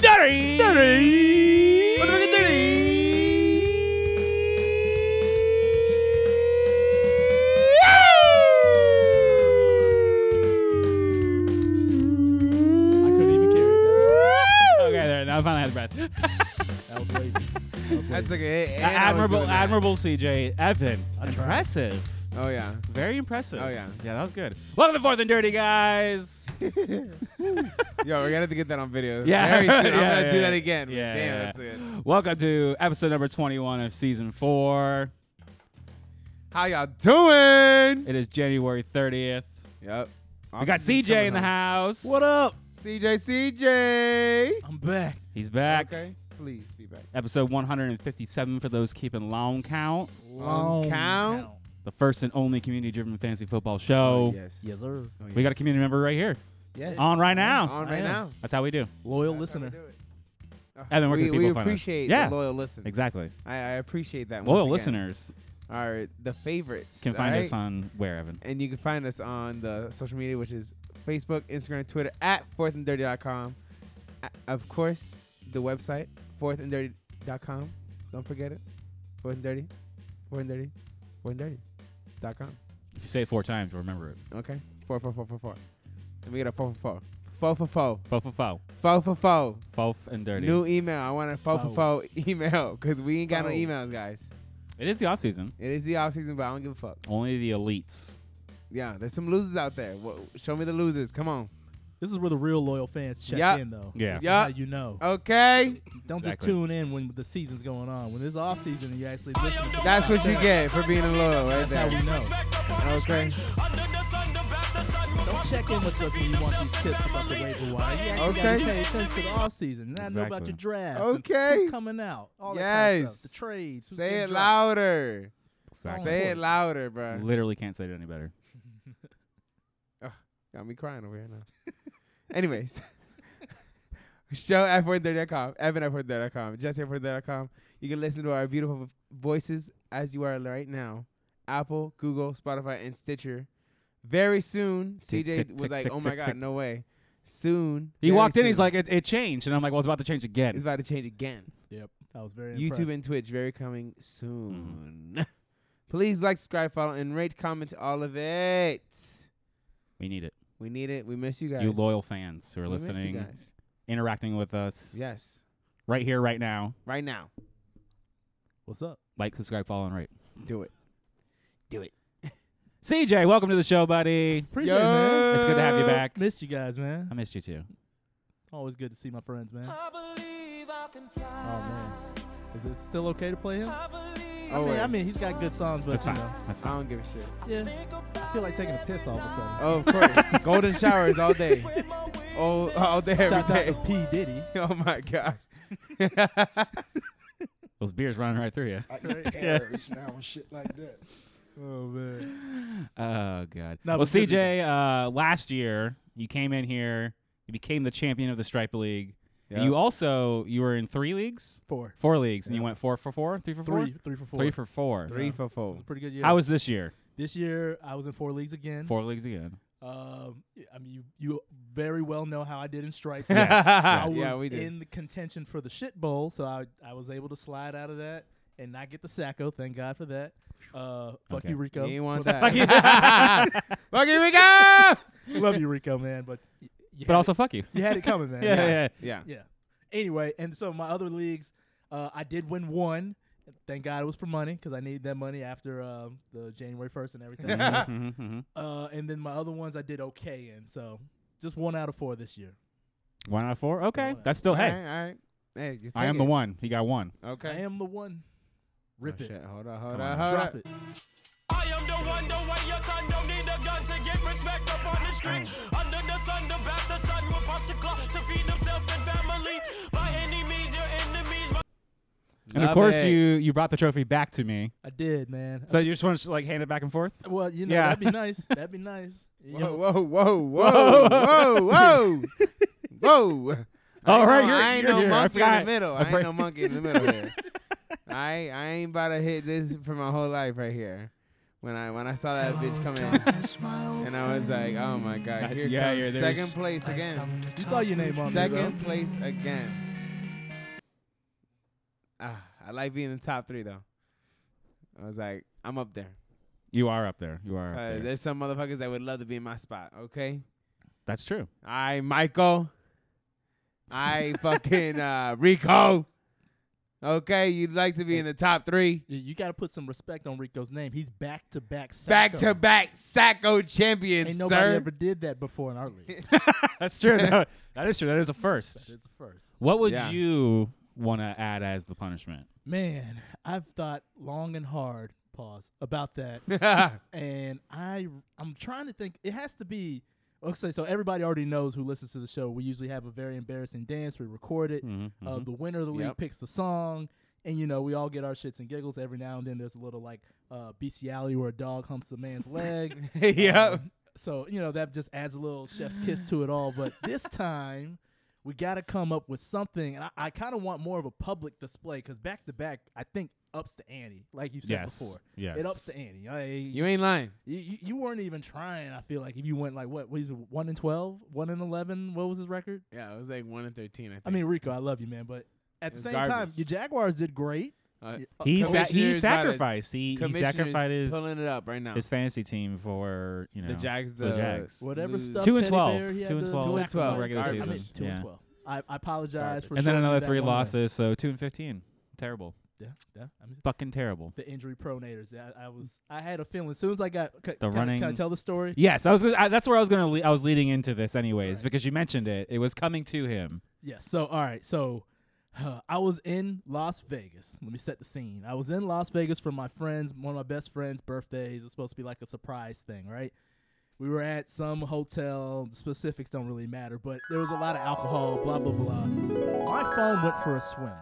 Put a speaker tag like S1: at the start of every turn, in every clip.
S1: Derry! Derry!
S2: Motherfucking
S1: I couldn't even carry that. Okay, there. Now I finally had a breath.
S3: That was way.
S2: That's okay. And I was
S1: admirable,
S2: doing that.
S1: admirable CJ. Evan. Impressive.
S2: Oh yeah.
S1: Very impressive.
S2: Oh, yeah.
S1: Yeah, that was good. Welcome to Fourth and Dirty, guys.
S2: Yo, we gotta get that on video.
S1: Yeah.
S2: Very soon. I'm
S1: Yeah,
S2: gonna do
S1: yeah.
S2: that again.
S1: Yeah,
S2: Damn,
S1: yeah.
S2: that's good.
S1: Welcome to episode number 21 of season four.
S2: How y'all doing?
S1: It is January 30th.
S2: Yep.
S1: We got CJ in the house.
S3: What up?
S2: CJ, CJ.
S3: I'm back.
S1: He's back.
S2: Okay. Please be back.
S1: Episode 157 for those keeping long count.
S2: Long count.
S1: The first and only community driven fantasy football show.
S2: Oh, yes.
S3: Yes, sir.
S2: Oh,
S1: We got a
S2: yes.
S1: community member right here.
S3: Yes.
S1: On right now.
S2: on
S3: I
S2: right
S3: am.
S2: now.
S1: That's how we do.
S3: Loyal
S2: That's how we
S3: listener.
S2: do it. Uh,
S1: Evan, where
S2: we,
S1: can people
S2: we
S1: find us?
S2: appreciate
S1: Yeah.
S2: the loyal listener.
S1: Exactly.
S2: I, I appreciate that.
S1: Loyal
S2: once again.
S1: listeners
S2: All right, the favorites
S1: can find
S2: all
S1: us
S2: right?
S1: on where, Evan?
S2: and you can find us on the social media, which is Facebook, Instagram, Twitter at fourthanddirty.com. A- Of course, the website fourthanddirty.com. Don't forget it. Fourth and dirty, fourth and dirty, fourth and dirty. Dot com.
S1: If you say it four times, we'll remember it.
S2: Okay, four four four four four. Let me get a four four four
S1: Fo fo
S2: four four
S1: fo.
S2: four four four.
S1: Fof and dirty.
S2: New email. I want a four four
S3: Foe.
S2: four email because we ain't got no
S3: Foe.
S2: emails, guys.
S1: It is the off season.
S2: It is the off season, but I don't give a fuck.
S1: Only the elites.
S2: Yeah, there's some losers out there. Wha show me the losers. Come on.
S3: This is where the real loyal fans check
S2: Yup.
S3: in, though.
S1: Yeah.
S3: This is
S2: Yup.
S3: how you know.
S2: Okay.
S3: Don't
S1: Exactly.
S3: just tune in when the season's going on. When it's off season and you actually listen. to-
S2: That's what you get for being loyal, right
S3: That's how
S2: there.
S3: we know.
S2: Okay.
S3: Don't check in with us when you want these tips about the waiver wire. You actually
S2: Okay.
S3: gotta pay attention to the off season. And I know about
S1: Exactly.
S3: your drafts. and
S2: Okay.
S3: Who's coming out? All that kind of
S2: Yes.
S3: stuff. The trades. who's
S2: Say
S3: getting
S2: it
S3: dropped.
S2: louder.
S1: Exactly.
S2: Say it louder, bro.
S1: Literally can't say it any better.
S2: Got me crying over here now. Anyways, show at 430.com, Evan at 430.com, Jesse at 430.com. You can listen to our beautiful voices as you are right now. Apple, Google, Spotify, and Stitcher. Very soon,
S1: Tick,
S2: CJ
S1: tick,
S2: was
S1: tick,
S2: like,
S1: tick,
S2: "Oh my
S1: tick,
S2: God,
S1: tick."
S2: no way!" Soon
S1: He
S2: very
S1: walked in, he's
S2: soon,
S1: like, it, it changed. And I'm like, well, it's about to change
S2: "It's
S1: again.
S2: about to change again."
S3: Yep. That was very
S2: YouTube
S3: impressive.
S2: and Twitch very coming soon. Please like, subscribe, follow, and rate, comment all of it.
S1: We need it.
S2: We need it. We miss you guys.
S1: You loyal fans who are
S2: we Miss you
S1: listening,
S2: guys.
S1: interacting with us
S2: Yes.
S1: right here, right now.
S2: Right now.
S3: What's up?
S1: Like, subscribe, follow, and rate.
S2: Do it.
S1: CJ, welcome to the show, buddy.
S3: Appreciate it, man.
S1: It's good to have you
S2: Yo.
S1: back.
S3: Missed you guys, man.
S1: I missed you too.
S3: Always good to see my friends, man. Oh man, is it still okay to play him? I
S2: Oh,
S3: mean,
S2: wait.
S3: I mean, he's got good songs, but
S1: That's
S3: you
S1: fine.
S3: know,
S1: That's
S2: I
S1: fine.
S2: don't give a shit.
S3: yeah, I feel like taking a piss all of a
S2: Oh, of course. Golden showers all day. Oh, all day,
S3: sudden.
S2: every
S3: Shout out
S2: day.
S3: to P Diddy.
S2: Oh, my God.
S1: Those beers running right through you.
S4: I eat pears now and shit like that.
S3: Oh man,
S1: Oh god.
S3: No, it
S1: well,
S3: was good to be
S1: CJ, uh, last year you came in here, you became the champion of the Stripe League. And you also you were in three leagues,
S3: four,
S1: four leagues, and you
S3: Yeah.
S1: went four for four, three for
S3: three, three for
S1: four,
S3: four.
S1: three for four.
S2: Three
S3: Yeah.
S2: for
S3: It
S2: four.
S3: was a pretty good year.
S1: How was this year?
S3: this year? I was in four leagues again.
S1: Four leagues again.
S3: Um, yeah, I mean, you, you very well know how I did in stripes.
S1: Yes,
S3: I
S1: yes.
S3: was
S2: Yeah, we did.
S3: in the contention for the shit bowl, so I I was able to slide out of that and not get the sacco. Thank God for that. Uh, fuck
S1: Okay.
S3: you, Rico.
S2: You ain't want
S3: Fuck
S2: that.
S1: Fuck you.
S2: Fuck here we go.
S3: Love you, Rico, man. But y- you
S1: but
S3: had
S1: also fuck you.
S3: it, you had it coming, man.
S1: Yeah, yeah. yeah.
S2: Yeah.
S3: Yeah. Anyway, and so my other leagues, uh, I did win one. Thank God it was for money because I needed that money after um, the January first and everything.
S1: Mhm, mhm, mhm.
S3: uh, and then my other ones I did okay in. So just one out of four this year.
S1: One out of four. Okay,
S3: One.
S1: that's still
S2: All
S1: hey.
S2: right. All right. Hey, you
S1: I am
S2: take
S1: the
S2: it.
S1: one. He got one.
S2: Okay.
S3: I am the one. Rip
S2: oh,
S3: it.
S2: Shit. Hold on, hold
S1: Come
S2: on,
S1: on.
S2: hold
S3: Drop
S2: on.
S3: it.
S5: I am the one, the way your son don't need a gun to get respect up on the street. Under the sun, the best the sun will pop the clock to feed himself and family. By any means, your enemies. My-
S1: And
S2: Love
S1: of course,
S2: it.
S1: you you brought the trophy back to me.
S3: I did, man.
S1: So you just want to like hand it back and forth?
S3: well, you know
S1: Yeah.
S3: that'd be nice. That'd be nice. You know,
S2: Whoa, whoa, whoa, whoa, whoa, whoa, whoa.
S1: All
S2: I
S1: right,
S2: ain't no-
S1: you're-
S2: I ain't
S1: you're
S2: no
S1: here. I
S2: monkey in the
S1: forgot.
S2: middle.
S1: I
S2: I ain't no
S1: forgot.
S2: monkey in the middle here. I I ain't about to hit this for my whole life right here. When I when I saw that bitch come in, and I was like, oh my god,
S1: God,
S2: here
S1: yeah,
S2: comes
S1: yeah, there's-
S2: second place again,
S3: you saw your name on there,
S2: second place again. ah, I like being in the top three though. I was like, I'm up there.
S1: You are up there. You are up
S2: 'Cause
S1: there.
S2: there's some motherfuckers Uh, that would love to be in my spot. Okay.
S1: That's true.
S2: I Michael. I fucking uh, Rico. Okay, you'd like to be in the top three.
S3: You, you got to put some respect on Rico's name. He's back to back.
S2: Back to back Sacco
S3: Ain't
S2: champions,
S3: nobody
S2: sir.
S3: ever did that before in our league.
S1: That's true. No, that is true. That is a
S3: that
S1: first.
S3: is the first.
S1: What would
S2: Yeah.
S1: you want to add as the punishment?
S3: Man, I've thought long and hard. Pause about that, and I I'm trying to think. It has to be. Okay, so everybody already knows who listens to the show. We usually have a very embarrassing dance. We record it.
S1: Mhm,
S3: Uh,
S1: mhm.
S3: the winner of the league
S2: Yep.
S3: picks the song, and you know we all get our shits and giggles every now and then. There's a little like uh, bestiality where a dog humps the man's leg.
S2: yep.
S3: Um, so you know that just adds a little chef's kiss to it all. But this time, we got to come up with something, and I, I kind of want more of a public display because back to back, I think ups to Annie, like you said
S1: yes.
S3: before.
S1: Yes.
S3: It ups to Annie. I-
S2: You ain't lying.
S3: you, you- you weren't even trying. I feel like if you went like what was it, one in 12, 1 in eleven. What was his record?
S2: Yeah, it was like one and thirteen. I think.
S3: I mean Rico, I love you, man, but at the
S2: It's
S3: same time,
S2: garbage.
S3: your Jaguars did great.
S2: Uh,
S3: Yeah,
S1: he
S3: uh,
S1: sa- he
S2: Commissioner's got it.
S1: sacrificed. He, he
S2: Commissioner's
S1: sacrificed his,
S2: pulling it up right now.
S1: his fantasy team for you know
S2: the Jags, the,
S1: the Jags.
S3: whatever
S2: lose.
S3: stuff.
S1: Two and
S3: Teddy
S1: 12,
S3: Bear, he had
S1: two and
S3: to
S1: 12
S2: Two and 12,
S3: sacrifice.
S2: regular
S3: I mean,
S2: season.
S3: two
S1: Yeah.
S3: and twelve. I, I apologize
S2: Garbage.
S3: for
S1: and then
S3: shortening
S1: another
S3: that
S1: three
S3: one up.
S1: losses, so two and fifteen. Terrible,
S3: Yeah, yeah. I mean,
S1: fucking terrible.
S3: the injury pronators. I, I was I had a feeling as soon as I got c-
S1: The
S3: can, I- Can I
S1: running-
S3: tell the story?
S1: Yes, I was. Gonna, I, that's where I was gonna. Le- I was leading into this, anyways,
S3: Right.
S1: because you mentioned it. It was coming to him.
S3: Yeah. So all right. So uh, I was in Las Vegas. Let me set the scene. I was in Las Vegas for my friends, one of my best friends' birthdays. It's supposed to be like a surprise thing, right? We were at some hotel. The specifics don't really matter, but there was a lot of alcohol. Blah blah blah. My phone went for a swim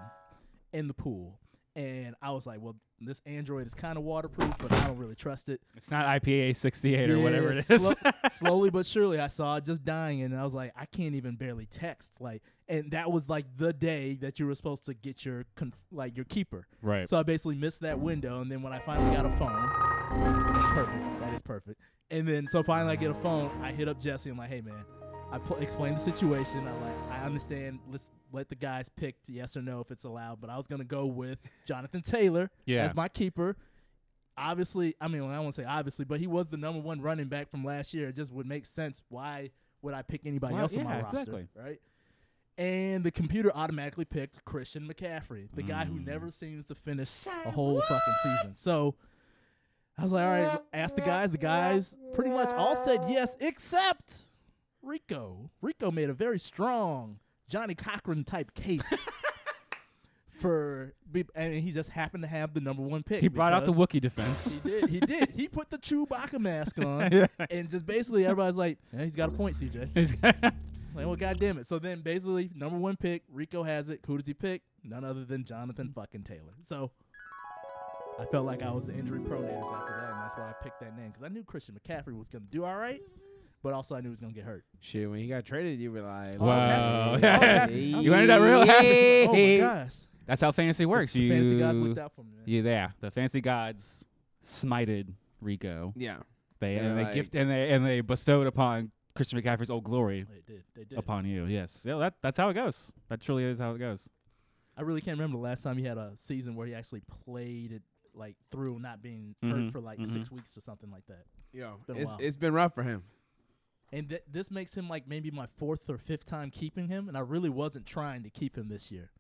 S3: in the pool, and I was like, "Well, this Android is kind of waterproof, but I don't really trust it."
S1: It's not IPA sixty eight or
S3: Yeah,
S1: whatever it is.
S3: slow- slowly but surely, I saw it just dying, and I was like, I can't even barely text. Like, and that was like the day that you were supposed to get your conf- like your keeper.
S1: right.
S3: So I basically missed that window, and then when I finally got a phone, perfect. That is perfect. And then so finally I get a phone. I hit up Jesse. I'm like, hey man, I pl- explained the situation. I like, I understand. Let's let the guys pick yes or no if it's allowed. But I was gonna go with Jonathan Taylor
S1: Yeah.
S3: as my keeper. Obviously, I mean, well, I won't say obviously, but he was the number one running back from last year. It just would make sense. Why would I pick anybody
S1: Why-
S3: else in my
S1: yeah,
S3: roster?
S1: exactly.
S3: Right. And the computer automatically picked Christian McCaffrey, the guy who
S1: Mm.
S3: never seems to finish a whole fucking season. So I was like, all right, ask the guys. The guys pretty much all said yes, except Rico. Rico made a very strong Johnny Cochran type case for, be- and he just happened to have the number one pick.
S1: he brought out the
S3: because-
S1: Wookiee defense.
S3: he did. He did. He put the Chewbacca mask on,
S1: Yeah.
S3: and just basically everybody's like, yeah, he's got a point, CJ. Like, well, goddamn it. So then, basically, number one pick, Rico has it. Who does he pick? None other than Jonathan fucking Taylor. So I felt like I was the injury pronators after that, and that's why I picked that name because I knew Christian McCaffrey was gonna do all right, but also I knew he was gonna get hurt.
S2: Shit, when he got traded, you were like,
S1: Oh, I was happy.
S2: "Wow."
S1: Yeah. You ended up real happy.
S3: oh my gosh,
S1: That's how fantasy works.
S3: the
S1: you
S3: fantasy guys looked out for me. Man.
S1: Yeah, yeah, the fantasy gods smited Rico.
S2: Yeah.
S1: They
S2: They're
S1: and they
S2: like-
S1: gift and they and they bestowed upon Christian McCaffrey's old glory
S3: They did. They did.
S1: upon you. Yes, yeah, that that's how it goes. That truly is how it goes.
S3: I really can't remember the last time he had a season where he actually played it like through not being
S1: Mhm,
S3: hurt for like
S1: mhm.
S3: six weeks or something like that.
S2: Yo,
S3: been a
S2: it's,
S3: while.
S2: it's been rough for him.
S3: And th- this makes him like maybe my fourth or fifth time keeping him, and I really wasn't trying to keep him this year.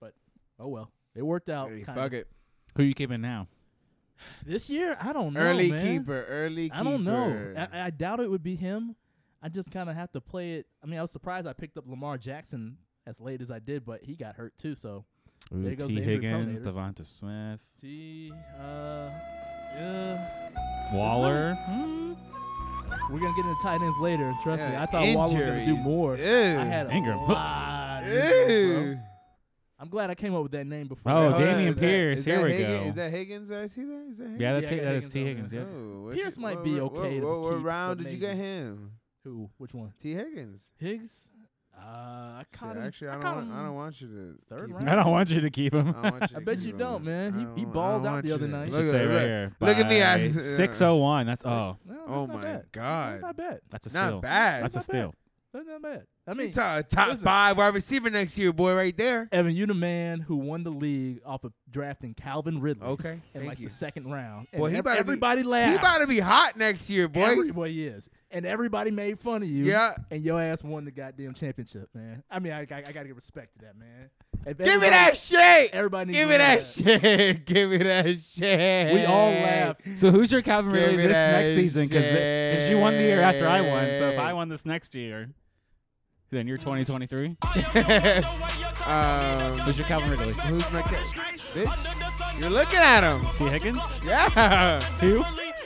S3: But oh well, it worked out.
S2: Hey,
S3: kinda.
S2: fuck it.
S1: Who you keeping now?
S3: This year, I don't know.
S2: early
S3: man.
S2: keeper, early keeper.
S3: I don't know. I, I doubt it would be him. I just kind of have to play it. I mean, I was surprised I picked up Lamar Jackson as late as I did, but he got hurt too. So
S1: Ooh,
S3: There goes
S1: T.
S3: the injury
S1: Higgins,
S3: pronators.
S1: Devonta Smith,
S3: he, uh, yeah,
S1: Waller.
S3: we're gonna get into tight ends later. Trust me, I thought Waller was gonna do
S2: Injuries.
S3: more.
S2: Ew.
S3: I had a
S1: Ingram.
S3: lot. of injuries, bro.
S2: Ew.
S3: I'm glad I came up with that name before.
S1: Oh,
S3: that.
S2: Hold on,
S1: Damian
S2: is that-
S1: Pierce,
S2: is
S1: here
S2: that
S1: we
S2: Higgins-
S1: go.
S2: Is that Higgins that I see there? Is that Higgins?
S1: Yeah, that's it.
S3: Yeah, I got
S1: that is
S3: Higgins
S1: T.
S3: over
S1: Higgins. Yeah.
S2: Oh, what
S3: Pierce
S2: you-
S3: might
S2: what-
S3: be
S2: what-
S3: okay to
S2: What, what
S3: keep,
S2: round
S3: but
S2: did you get
S3: maybe.
S2: him?
S3: Who? Which one?
S2: T. Higgins.
S3: Higgs. Uh, I caught
S2: Shit,
S3: him.
S2: actually, I don't.
S3: caught
S2: Want, I
S3: him
S2: don't want you to.
S3: third
S2: keep
S3: round.
S1: I don't want you to keep him.
S2: Oh, I, don't want you
S3: I
S2: to
S3: bet
S2: keep
S3: you
S2: him.
S3: don't, man. He-
S2: I don't-
S3: he
S2: I don't
S3: balled out
S2: want
S3: the other
S2: you to-
S3: night.
S1: Should
S2: Look
S1: say
S2: at
S1: right
S2: look-
S1: here.
S2: look at me, I-
S1: Six oh one. That's oh,
S3: No,
S2: Oh
S3: that's not
S2: my
S3: bad. That's
S2: god.
S3: not bad.
S2: Not
S1: that's a steal.
S2: bad.
S1: That's a
S3: That's not
S1: steal.
S3: That's not bad. I
S2: I mean,
S3: mean,
S2: top, top
S3: listen.
S2: five wide receiver next year, boy, right there.
S3: Evan, you the man who won the league off of drafting Calvin Ridley.
S2: Okay,
S3: In
S2: thank
S3: like
S2: you.
S3: the second round.
S2: Boy,
S3: And
S2: he
S3: ev-
S2: about to be-
S3: everybody laughed.
S2: He about to be hot next year, boy.
S3: Everybody he is. And everybody made fun of you.
S2: Yeah.
S3: And your ass won the goddamn championship, man. I mean, I, I, I got to give respect to that, man.
S2: Give
S3: If
S2: me
S3: everybody-
S2: that shit.
S3: Everybody needs
S2: Give
S3: to
S2: me
S3: know
S2: that shit. Give me that shit.
S3: We all laughed.
S1: So who's your Calvin
S2: Give
S1: Ridley
S2: me
S1: this
S2: that
S1: next season? Because you won the year after I won. So if I
S2: shit.
S1: won this next year, then you're 2023.
S2: Um,
S1: Who's your Calvin Ridley?
S2: Who's my cat? Bitch, you're looking at him.
S1: T. Higgins.
S2: Yeah,
S1: Two.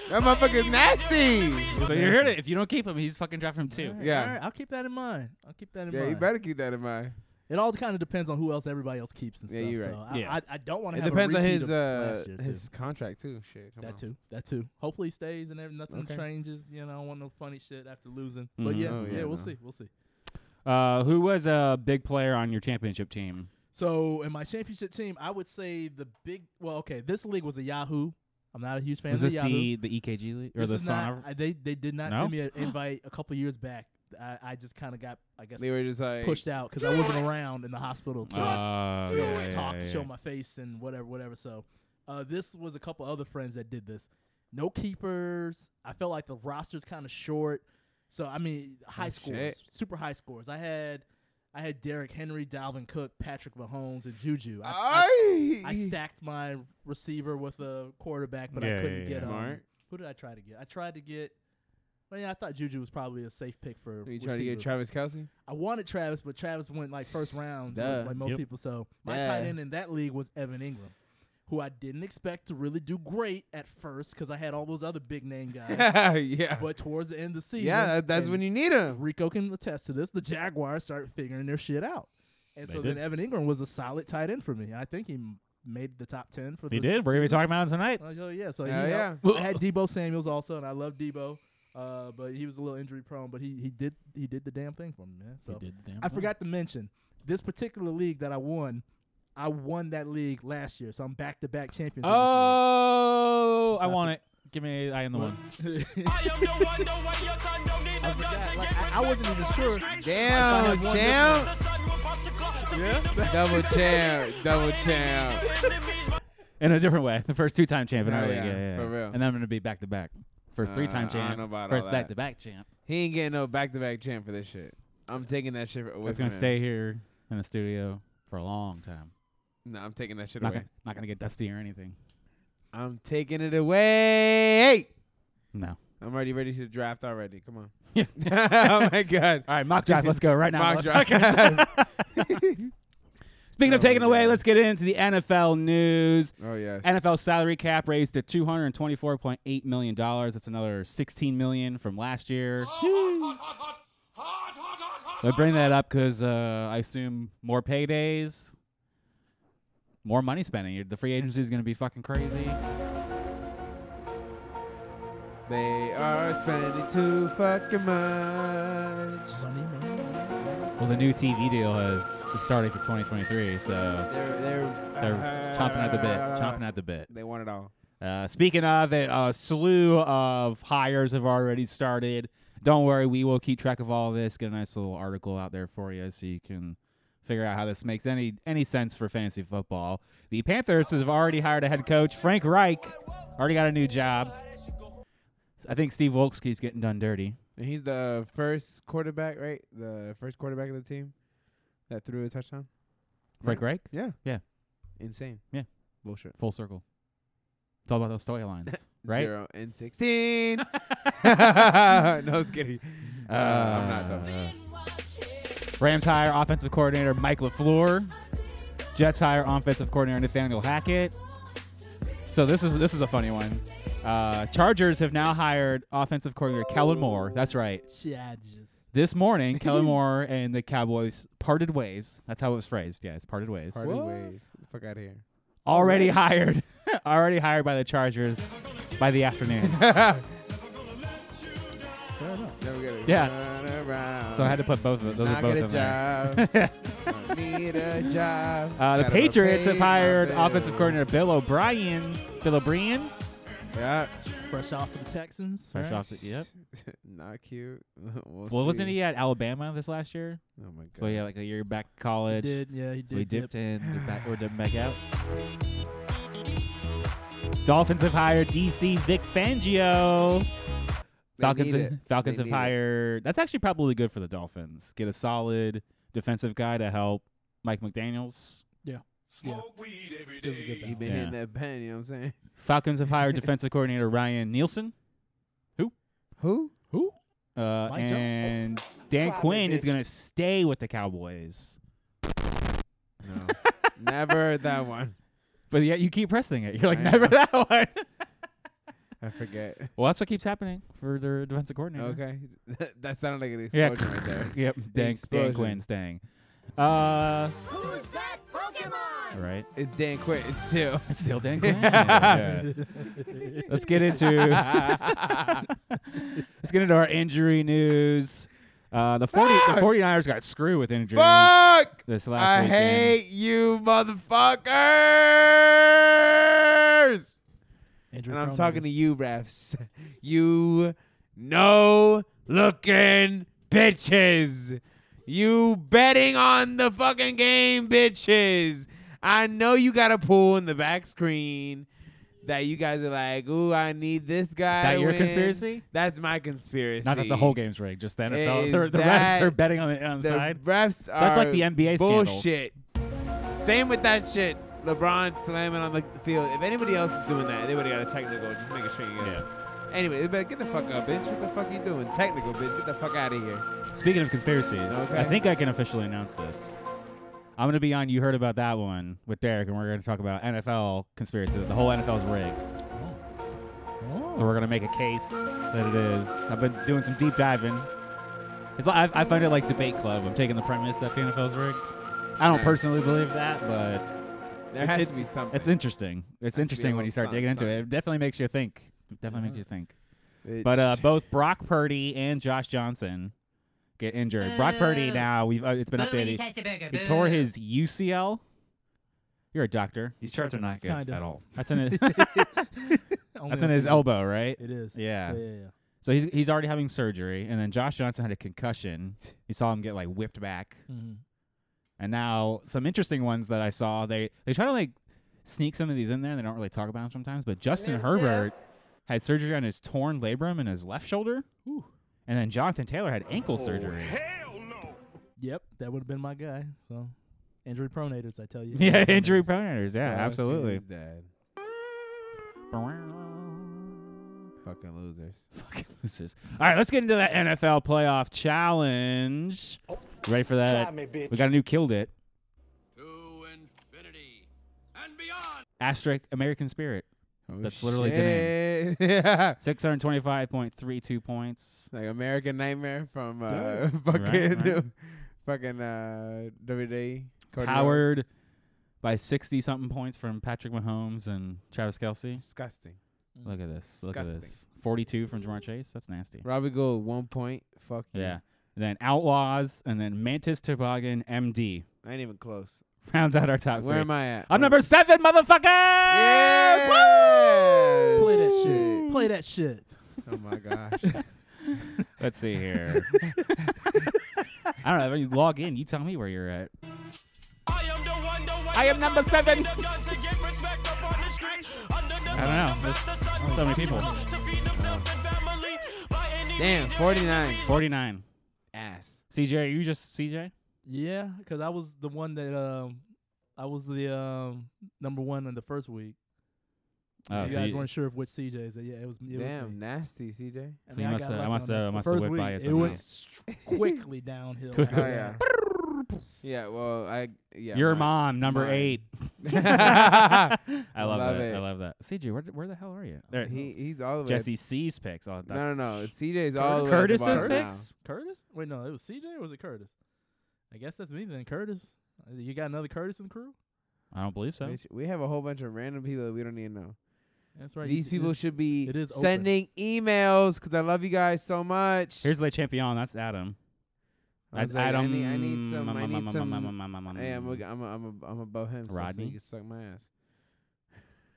S2: that motherfucker's nasty.
S1: So you heard it. If you don't keep him, he's fucking dropping him two.
S3: Alright,
S2: Yeah.
S3: alright, I'll keep that in mind. I'll keep that in
S2: Yeah,
S3: mind.
S2: you better keep that in mind.
S3: It all kind of depends on who else everybody else keeps and
S2: Yeah,
S3: stuff.
S2: you're
S3: So I,
S1: Yeah.
S3: I, I don't want to
S2: It
S3: have
S2: depends
S3: a
S2: on
S3: repeat
S2: his
S3: of
S2: uh
S3: last year, too.
S2: his contract too. Shit, come on.
S3: That too. That too. Hopefully he stays and every- nothing
S2: Okay.
S3: changes. You know, I don't want no funny shit after losing. But
S1: Mhm.
S3: yeah,
S2: Oh,
S3: yeah,
S2: yeah,
S3: we'll
S2: no.
S3: see. We'll see.
S1: Uh, who was a big player on your championship team?
S3: So in my championship team, I would say the big. Well, okay, this league was a Yahoo. I'm not a huge fan
S1: Was
S3: of
S1: this
S3: Yahoo.
S1: the, the EKG league or
S3: This
S1: the
S3: is
S1: son?
S3: not,
S1: of-
S3: I- they they did not
S1: No?
S3: send me an invite a couple years back. I, I just kind of got I guess
S2: They were just like
S3: pushed out because I wasn't around in the hospital to
S1: Oh,
S3: you know,
S1: yeah,
S3: talk,
S1: yeah,
S3: and
S1: yeah.
S3: show my face, and whatever, whatever. So, uh, this was a couple other friends that did this. No keepers. I felt like the roster's kind of short. So I mean, high
S2: Oh,
S3: scores,
S2: shit.
S3: super high scores. I had, I had Derrick Henry, Dalvin Cook, Patrick Mahomes, and Juju. I, I,
S2: I,
S3: I stacked my receiver with a quarterback, but
S1: Yeah,
S3: I couldn't
S1: yeah,
S3: get
S1: yeah.
S3: um,
S2: Smart.
S3: Who did I try to get? I tried to get. Well, yeah, I thought Juju was probably a safe pick for.
S2: you trying to get
S3: receiver.
S2: Travis Kelsey?
S3: I wanted Travis, but Travis went like first round,
S2: Duh.
S3: like, like most
S1: Yep.
S3: people. So my
S2: Duh.
S3: tight end in that league was Evan Ingram, who I didn't expect to really do great at first because I had all those other big name guys.
S2: yeah.
S3: but towards the end of the season,
S2: Yeah, that, that's
S3: and
S2: when you need him.
S3: Rico can attest to this. The Jaguars started figuring their shit out, and
S1: They
S3: so
S1: did.
S3: then Evan Ingram was a solid tight end for me. I think he m- made the top ten for.
S1: He
S3: this
S1: did. We're gonna be
S3: season.
S1: talking about him tonight.
S3: Oh, yeah. So
S2: Hell
S3: he
S2: yeah.
S3: helped. I had Debo Samuels also, and I love Debo, uh, but he was a little injury prone. But he he did he did the damn thing for me, man. So I
S1: Uh-huh.
S3: forgot to mention this particular league that I won. I won that league last year, so I'm back to back champions. of this league.
S1: Oh, I
S3: So I
S1: want it. Give me. I am the one.
S3: I forgot. Like, I, I wasn't even sure.
S2: Damn,
S3: If I had won this
S2: champ. Double champ. Double champ.
S1: In a different way. The first two time champ in our
S2: Hell
S1: league.
S2: yeah,
S1: Yeah, yeah,
S2: for
S1: yeah.
S2: real.
S1: And then I'm gonna be back to back. First three
S2: Uh, I
S1: time
S2: don't know
S1: champ.
S2: about all
S1: First
S2: that.
S1: back to back champ.
S2: He ain't getting no back to back champ for this shit. I'm taking that shit away.
S1: That's gonna
S2: from him.
S1: stay here in the studio for a long time.
S2: No, I'm taking that shit
S1: Not
S2: away.
S1: gonna, not gonna get dusty or anything.
S2: I'm taking it away.
S1: No.
S2: I'm already ready to draft already. Come on.
S1: Yeah.
S2: oh my god.
S1: All right, mock draft. Let's go right now.
S2: Mock
S1: motherfuckers. Speaking of
S2: Oh,
S1: taking away,
S2: yeah.
S1: let's get into the NFL news.
S2: Oh yes.
S1: NFL salary cap raised to two hundred twenty-four point eight million dollars. That's another sixteen million from last year. I bring that up because uh, I assume more paydays, more money spending. The free agency is going to be fucking crazy.
S2: They are spending too fucking much.
S3: Money, man.
S1: Well, the new TV deal has started for 2023, so
S2: They're they're, uh,
S1: they're chomping at the bit. Chomping at the bit.
S2: They want it all.
S1: Uh, speaking of it, a slew of hires have already started. Don't worry, we will keep track of all this. Get a nice little article out there for you so you can figure out how this makes any any sense for fantasy football. The Panthers have already hired a head coach, Frank Reich. Already got a new job. I think Steve Wilkes keeps getting done dirty.
S2: And he's the first quarterback, right? The first quarterback of the team that threw a touchdown.
S1: Frank Reich,
S2: Yeah.
S1: Yeah.
S2: Insane.
S1: Yeah.
S2: Bullshit.
S1: full circle. It's all about those storylines, right?
S2: Zero and sixteen. no, I was kidding. Uh, I'm not dumb.
S1: Uh, Rams hire offensive coordinator Mike LaFleur. Jets hire offensive coordinator Nathaniel Hackett. So this is this is a funny one. Uh, Chargers have now hired offensive coordinator Kellen Moore. That's right.
S3: Charges.
S1: This morning, Kellen Moore and the Cowboys parted ways. That's how it was phrased. Yes, parted ways.
S2: Party
S3: What?
S2: ways. Get the fuck out of here.
S1: Already hired. Already hired by the Chargers by the afternoon.
S2: Never gonna
S1: Yeah.
S2: Run around.
S1: so I had to put both of those are
S2: Not
S1: both
S2: get
S1: of them.
S2: a job. I need a job.
S1: Uh, the
S2: Gotta
S1: Patriots have
S2: pay my
S1: hired
S2: bills.
S1: offensive coordinator Bill O'Brien. Bill O'Brien
S2: Yeah.
S3: fresh off of the Texans.
S1: Fresh
S3: right?
S1: off the yep.
S2: Not cute. we'll
S1: Well, wasn't
S2: see.
S1: he at Alabama this last year?
S2: Oh my god.
S1: So yeah, like a year back
S3: He
S1: college.
S3: did yeah he did.
S1: we
S3: dip.
S1: dipped in, dipped back, or dipped back out. Dolphins have hired DC Vic Fangio.
S2: They
S1: Falcons,
S2: need it.
S1: Falcons
S2: They
S1: have
S2: need it.
S1: hired. That's actually probably good for the Dolphins. Get a solid defensive guy to help Mike McDaniel's.
S5: Smoke weed every
S3: It was a good
S5: day.
S2: He been
S1: Yeah.
S2: hitting that pen. You know what I'm saying?
S1: Falcons have hired defensive coordinator Ryan Nielsen,
S2: Who?
S3: Who?
S1: uh,
S3: Mike Jones.
S1: and Dan Quinn is going to stay with the Cowboys.
S2: No. Never heard that one.
S1: But yet you keep pressing it. You're like,
S2: I
S1: never
S2: know.
S1: that one.
S2: I forget.
S1: well, that's what keeps happening for their defensive coordinator.
S2: Okay. that sounded like an
S1: Yeah.
S2: explosion right there.
S1: Yep. Dan, Dan
S2: explosion.
S1: Quinn staying. Uh,
S6: Who's that Pokemon?
S1: all right.
S2: It's Dan Quinn. It's still.
S1: It's still Dan Quinn. Yeah. Let's get into let's get into our injury news. Uh, the 40, the 49ers got screwed with injuries
S2: Fuck!
S1: this last
S2: I
S1: weekend.
S2: hate you, motherfuckers!
S3: Andrew
S2: And I'm
S3: Cronin
S2: talking
S3: is-
S2: to you, refs. You no looking bitches. You betting on the fucking game, bitches. I know you got a pool in the back screen that you guys are like, ooh, I need this guy.
S1: Is that
S2: to
S1: your
S2: win."
S1: conspiracy?
S2: That's my conspiracy.
S1: Not that the whole game's rigged, just the NFL.
S2: Is
S1: The, the refs
S2: that
S1: are betting on the, on the,
S2: The
S1: side.
S2: refs are
S1: that's like the NBA scandal.
S2: bullshit. Same with that shit. LeBron slamming on the field. If anybody else is doing that, they would have got a technical. Just making sure you get it. Anyway, but get the fuck up, bitch. What the fuck you doing? Technical, bitch. Get the fuck out of here.
S1: Speaking of conspiracies, I
S2: Okay.
S1: think I can officially announce this. I'm going to be on You Heard About That One with Derek, and we're going to talk about NFL conspiracy. that The whole NFL is rigged.
S2: Oh.
S1: So we're gonna make a case that it is. I've been doing some deep diving. It's like I, I find it like debate club. I'm taking the premise that the NFL's rigged. I don't
S2: Nice.
S1: personally believe that, but
S2: There
S1: It's-
S2: has
S1: it's-
S2: to be something.
S1: it's interesting. It's
S2: Has to be
S1: interesting
S2: a
S1: when
S2: little
S1: you start
S2: sun-
S1: digging into
S2: sun.
S1: it. It definitely makes you think. It definitely makes you think.
S2: Bitch.
S1: But uh, both Brock Purdy and Josh Johnson get injured. Brock Purdy now we've uh, it's been updated. He tore his UCL. You're a doctor. These charts are not
S3: good Kinda. at
S1: all. That's in his,
S3: Only
S1: that's
S3: on
S1: in his
S3: TV.
S1: elbow, right?
S3: It is.
S1: Yeah.
S3: Yeah. yeah, yeah.
S1: So he's he's already having surgery, and then Josh Johnson had a concussion. You saw him get like whipped back,
S3: Mhm.
S1: and now some interesting ones that I saw. They they try to like sneak some of these in there. They don't really talk about them sometimes. But Justin Herbert had surgery on his torn labrum in his left shoulder,
S3: Ooh.
S1: and then Jonathan Taylor had ankle surgery.
S3: Yep, that would have been my guy. So, injury pronators, I tell you.
S1: Yeah, injury pronators. Yeah,
S2: Fucking
S1: absolutely.
S2: Dead. Fucking losers.
S1: Fucking losers. All right, let's get into that NFL playoff challenge. Ready for that? We got a new killed it.
S5: To infinity and beyond.
S1: Asterisk American Spirit.
S2: Oh,
S1: That's literally the
S2: shit. yeah.
S1: 625.32 points.
S2: Like American Nightmare from uh,
S3: Dude.
S2: fucking
S1: Right, right.
S2: fucking uh, WWE. Cody
S1: Powered
S2: Rhodes.
S1: by 60 something points from Patrick Mahomes and Travis Kelsey.
S2: Disgusting.
S1: Look at this. Look at
S2: Disgusting.
S1: this. 42 from Jamar Chase. That's nasty.
S2: Robbie Gold one point. Fuck you.
S1: Yeah. Then Outlaws and then Mantis Toboggan MD.
S2: I ain't even close.
S1: Rounds out our top
S2: Where
S1: three.
S2: am I at?
S1: I'm number seven, motherfuckers!
S2: Yeah.
S3: Play that shit. Play that shit.
S2: Oh my gosh.
S1: Let's see here. I don't know. When you log in, you tell me where you're at.
S5: I am the one, the one
S1: I am
S5: your
S1: number
S5: son, don't
S1: seven.
S5: need a gun to get respect up on the street. Under the
S1: know.
S5: sun, the best of sons
S1: so
S5: who
S1: many
S5: pop the
S1: people.
S5: clock to feed themselves and family. By any
S2: Damn,
S5: means, your
S2: 49.
S5: enemies
S1: 49.
S2: Ass.
S1: CJ, are you just CJ?
S3: Yeah, because I was the one that um, I was the um number one in the first week.
S1: Oh,
S3: you
S1: so
S3: guys
S1: you-
S3: weren't sure of which CJ's. Yeah, it was. It was
S2: Damn,
S3: me.
S2: nasty, CJ.
S3: I
S1: So
S3: mean,
S1: you
S3: I
S1: must
S3: got
S1: have- I
S3: lucky
S1: must
S3: on that.
S1: have- I
S3: The
S1: must have
S3: first
S1: whipped
S3: week,
S1: by you
S3: It
S1: somehow.
S3: went str- quickly downhill.
S1: Quick-
S3: after
S2: Oh, yeah.
S3: that.
S2: yeah, well, I. Yeah.
S1: Your
S2: mine.
S1: mom, number
S2: Mine.
S1: eight. I
S2: I
S1: love,
S2: Love
S1: that.
S2: it.
S1: I love that. CJ, where, where the hell are you? There,
S2: He, he's all the way.
S1: Jesse C's picks. Oh, that-
S2: No, no, no. CJ's all the way. at the
S1: Curtis's
S2: bottom now.
S1: picks?
S3: Curtis? Wait, no, it was CJ or was it Curtis? I guess that's me then. Curtis. Uh, You got another Curtis in the crew?
S1: I don't believe so.
S2: Bitch, we have a whole bunch of random people that we don't even know.
S3: That's right. you
S2: These
S3: d-
S2: people
S3: it's-
S2: should be
S3: it is open.
S2: sending emails because I love you guys so much.
S1: Here's Le Champion. That's Adam.
S2: I was
S1: That's
S2: like, I
S1: Adam.
S2: need- I need some. I
S1: mm,
S2: need
S1: mm, mm,
S2: some.
S1: mm, mm, mm, mm,
S2: Hey, I'm a,
S1: mm.
S2: I'm a, I'm a, I'm above him. So, so
S1: Rodney?
S2: you can suck my ass.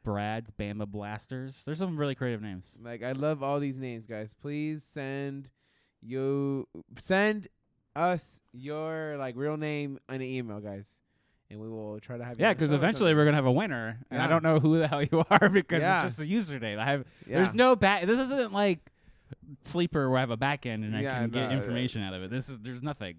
S1: Brad's Bama Blasters. There's some really creative names.
S2: Like I love all these names, guys. Please send you send us your like real name on an email, guys, and we will try to have. you
S1: Yeah,
S2: on the
S1: because
S2: show or
S1: eventually we're
S2: something.
S1: gonna have a winner, and
S2: Yeah.
S1: I don't know who the hell you are because
S2: Yeah.
S1: it's just a username. I have
S2: Yeah.
S1: there's no back. This isn't like sleeper where I have a back end and
S2: Yeah,
S1: I can
S2: no,
S1: get
S2: no.
S1: information out of it. This is there's nothing.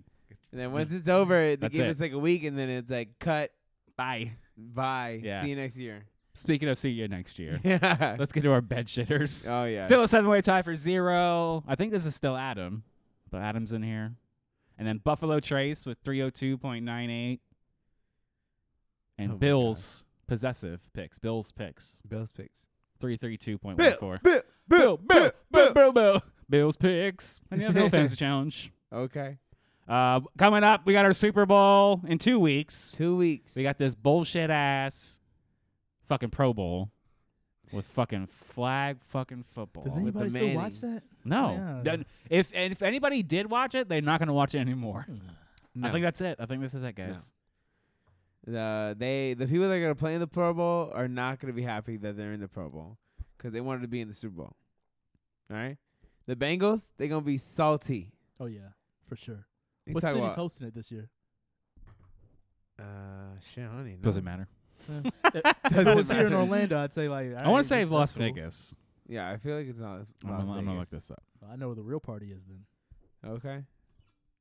S2: And then once it's over, they
S1: That's
S2: give
S1: it.
S2: us like a week, and then it's like cut.
S1: Bye.
S2: Bye.
S1: Yeah.
S2: See you next year.
S1: Speaking of, see you next year.
S2: Yeah.
S1: Let's get to our bed shitters.
S2: oh yeah.
S1: Still a seven way tie for zero. I think this is still Adam, but Adam's in here. And then Buffalo Trace with 302.98. And
S2: Oh my
S1: Bills possessive picks. Bills picks.
S2: Bills picks.
S1: 332.14.
S2: Bill, Bill, Bill,
S1: Bill, Bill, Bill. Bills picks. And the Bill Fantasy Challenge.
S2: Okay.
S1: Uh, coming up, we got our Super Bowl in two weeks.
S2: Two weeks.
S1: We got this bullshit ass fucking Pro Bowl with fucking flag fucking football.
S3: Does
S2: with the
S3: anybody still watch
S2: Mannings.
S3: that?
S1: No.
S3: Yeah.
S1: Then if and if anybody did watch it, they're not going to watch it anymore. I think that's it. I think this is it, guys.
S2: the they the people that are gonna play in the Pro Bowl are not gonna be happy that they're in the Pro Bowl because they wanted to be in the Super Bowl. All right, the Bengals they're gonna be salty.
S3: Oh yeah, for sure.
S2: You
S3: what
S2: talk
S3: city's
S2: about-
S3: hosting it this year?
S2: Uh, shit, honey, no.
S1: Doesn't matter.
S3: If it was
S2: matter.
S3: here in Orlando, I'd say like
S1: I want
S3: alright,
S1: to say
S3: that's-
S1: Las
S3: that's cool.
S1: Vegas.
S2: Yeah, I feel like it's not. Las
S1: I'm going to look
S2: Vegas.
S1: this up.
S3: Well, I know where the real party is then.
S2: Okay.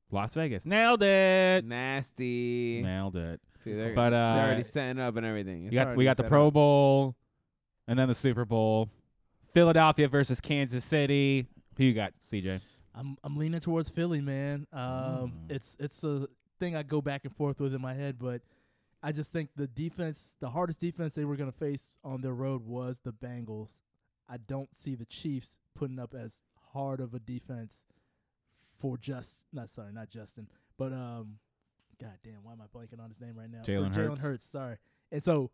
S1: Las Vegas. Nailed
S3: Eh.
S1: it.
S2: Nasty.
S1: Nailed it.
S2: See, they're,
S1: But
S2: they're
S1: uh,
S2: already setting up and everything. It's
S1: you got, we
S2: already
S1: got the
S2: set
S1: Pro
S2: up.
S1: Bowl and then the Super Bowl. Philadelphia versus Kansas City. Who you got, CJ?
S3: I'm I'm leaning towards Philly, man. Um,
S1: Mm.
S3: it's it's a thing I go back and forth with in my head, but I just think the defense, the hardest defense they were going to face on their road was the Bengals. I don't see the Chiefs putting up as hard of a defense for just not sorry, not Justin, but um, God damn, why am I blanking on his name right now? For
S1: Jalen
S3: Jalen
S1: Hurts?
S3: Hurts, sorry. And so,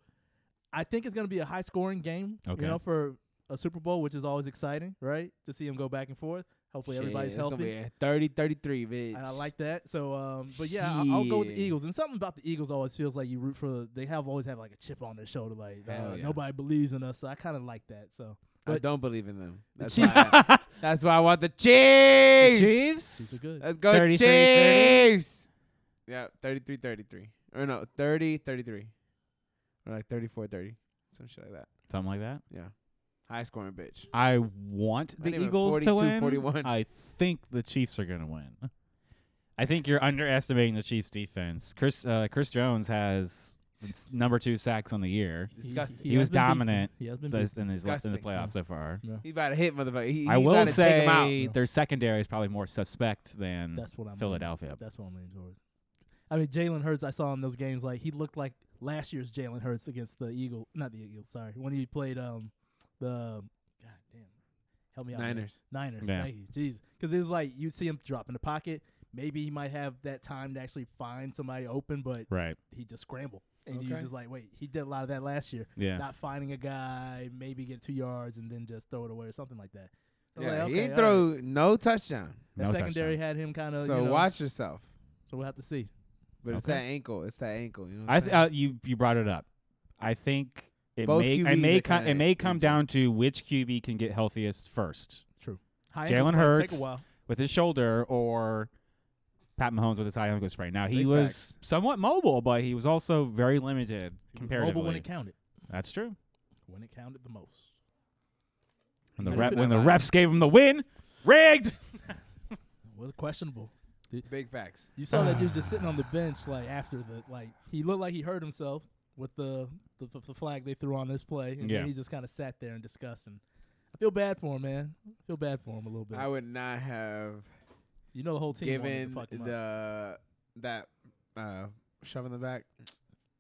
S3: I think it's going to be a high scoring game.
S1: Okay.
S3: You know, for a Super Bowl, which is always exciting, right? To see them go back and forth. Hopefully,
S2: Shit,
S3: everybody's
S2: it's gonna
S3: healthy.
S2: be a 30 33, bitch.
S3: And I like that. So, um, but yeah, I'll, I'll go with the
S2: Shit.
S3: Eagles. And something about the Eagles always feels like you root for. They have always have like a chip on their shoulder, like uh,
S2: Hell yeah.
S3: nobody believes in us. So I kind of like that. So
S2: I
S3: but-
S2: don't believe in them.
S3: The
S2: That's
S3: Chiefs-
S2: why I, that's why I want the Chiefs.
S1: Chiefs.
S3: these are good.
S2: Let's go
S1: 33, 30.
S2: Chiefs. Yeah, 33 33. Or no, 30 33. Or like 34 30. Some shit like that.
S1: Something like that.
S2: Yeah. High scoring bitch.
S1: I want the
S2: I think it was
S1: Eagles
S2: 42,
S1: to win.
S2: 41.
S1: I think the Chiefs are going to win. I think you're underestimating the Chiefs' defense. Chris uh, Chris Jones has s- number two sacks on the year.
S2: Disgusting.
S1: He
S3: has
S1: was
S3: been decent.
S1: dominant,
S3: He has been
S1: That's in,
S3: decent.
S1: his, in the
S2: Disgusting.
S1: playoffs so far.
S3: Yeah.
S2: He about to hit motherfucker. He,
S1: I
S2: he
S1: will
S2: about to take him out.
S1: say
S3: Yeah.
S1: their secondary is probably more suspect than
S3: That's what I'm.
S1: Mm. Philadelphia.
S3: That's what I'm leaning towards. I mean, Jalen Hurts. I saw in those games like he looked like last year's Jalen Hurts against the Eagle, not the Eagles. Sorry, when he played um the God damn, help me out. man.
S2: Niners.
S3: Niners.
S1: Yeah.
S3: Thank you. Jeez. Because it was like you'd see him drop in the pocket. Maybe he might have that time to actually find somebody open, but
S1: Right.
S3: he just scrambled. And he was
S2: Okay.
S3: just like, wait, he did a lot of that last year.
S1: Yeah.
S3: Not finding a guy, maybe get two yards and then just throw it away or something like that. I was
S2: Yeah,
S3: like,
S2: he
S3: okay, all
S2: ain't
S3: right.
S2: throw no touchdown.
S3: The
S1: No
S3: secondary
S1: touchdown.
S3: had him kind of.
S2: so
S3: you know,
S2: watch yourself.
S3: So we'll have to see.
S2: But it's
S1: Okay.
S2: that ankle. It's that ankle. You know what
S1: I
S2: I'm
S1: th-
S2: saying?
S1: uh, you you brought it up. I think it
S2: Both
S1: may
S2: QBs
S1: it may
S2: are
S1: come
S2: kinda
S1: it may come
S2: injured.
S1: down to which QB can get healthiest first
S3: High
S1: Jalen
S3: ankles might Take
S1: Hurts.
S3: a while.
S1: with his shoulder or Pat Mahomes with his high ankle sprain. Now he
S2: Big
S1: was
S2: facts.
S1: somewhat mobile, but he was also very limited
S3: He was
S1: comparatively.
S3: mobile when it counted.
S1: That's true.
S3: When it counted the most.
S1: When the,
S3: Yeah.
S1: ref, when the
S2: Yeah.
S1: refs gave him the win, rigged.
S3: It was questionable.
S2: Big facts.
S3: You saw that dude just sitting on the bench, like after the like he looked like he hurt himself with the the, f- the flag they threw on this play, and
S1: Yeah.
S3: then he just kind of sat there and discussed. And I feel bad for him, man. I feel bad for him a little bit.
S2: I would not have
S3: you know the whole team wanted to
S2: given
S3: fuck him up.
S2: the that uh, shove in the back.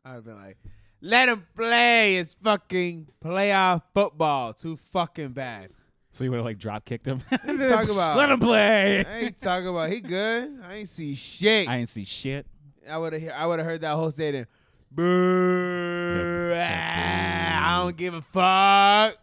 S2: I would have been like, let him play. It's fucking playoff football. Too fucking bad.
S1: So he would have like drop kicked him.
S2: you talking about?
S1: Let him play.
S2: I ain't talking about he good. I ain't see shit.
S1: I
S2: I,
S1: didn't see shit.
S2: would have I would have heard that whole stadium. Boo! Ah, I don't give a fuck.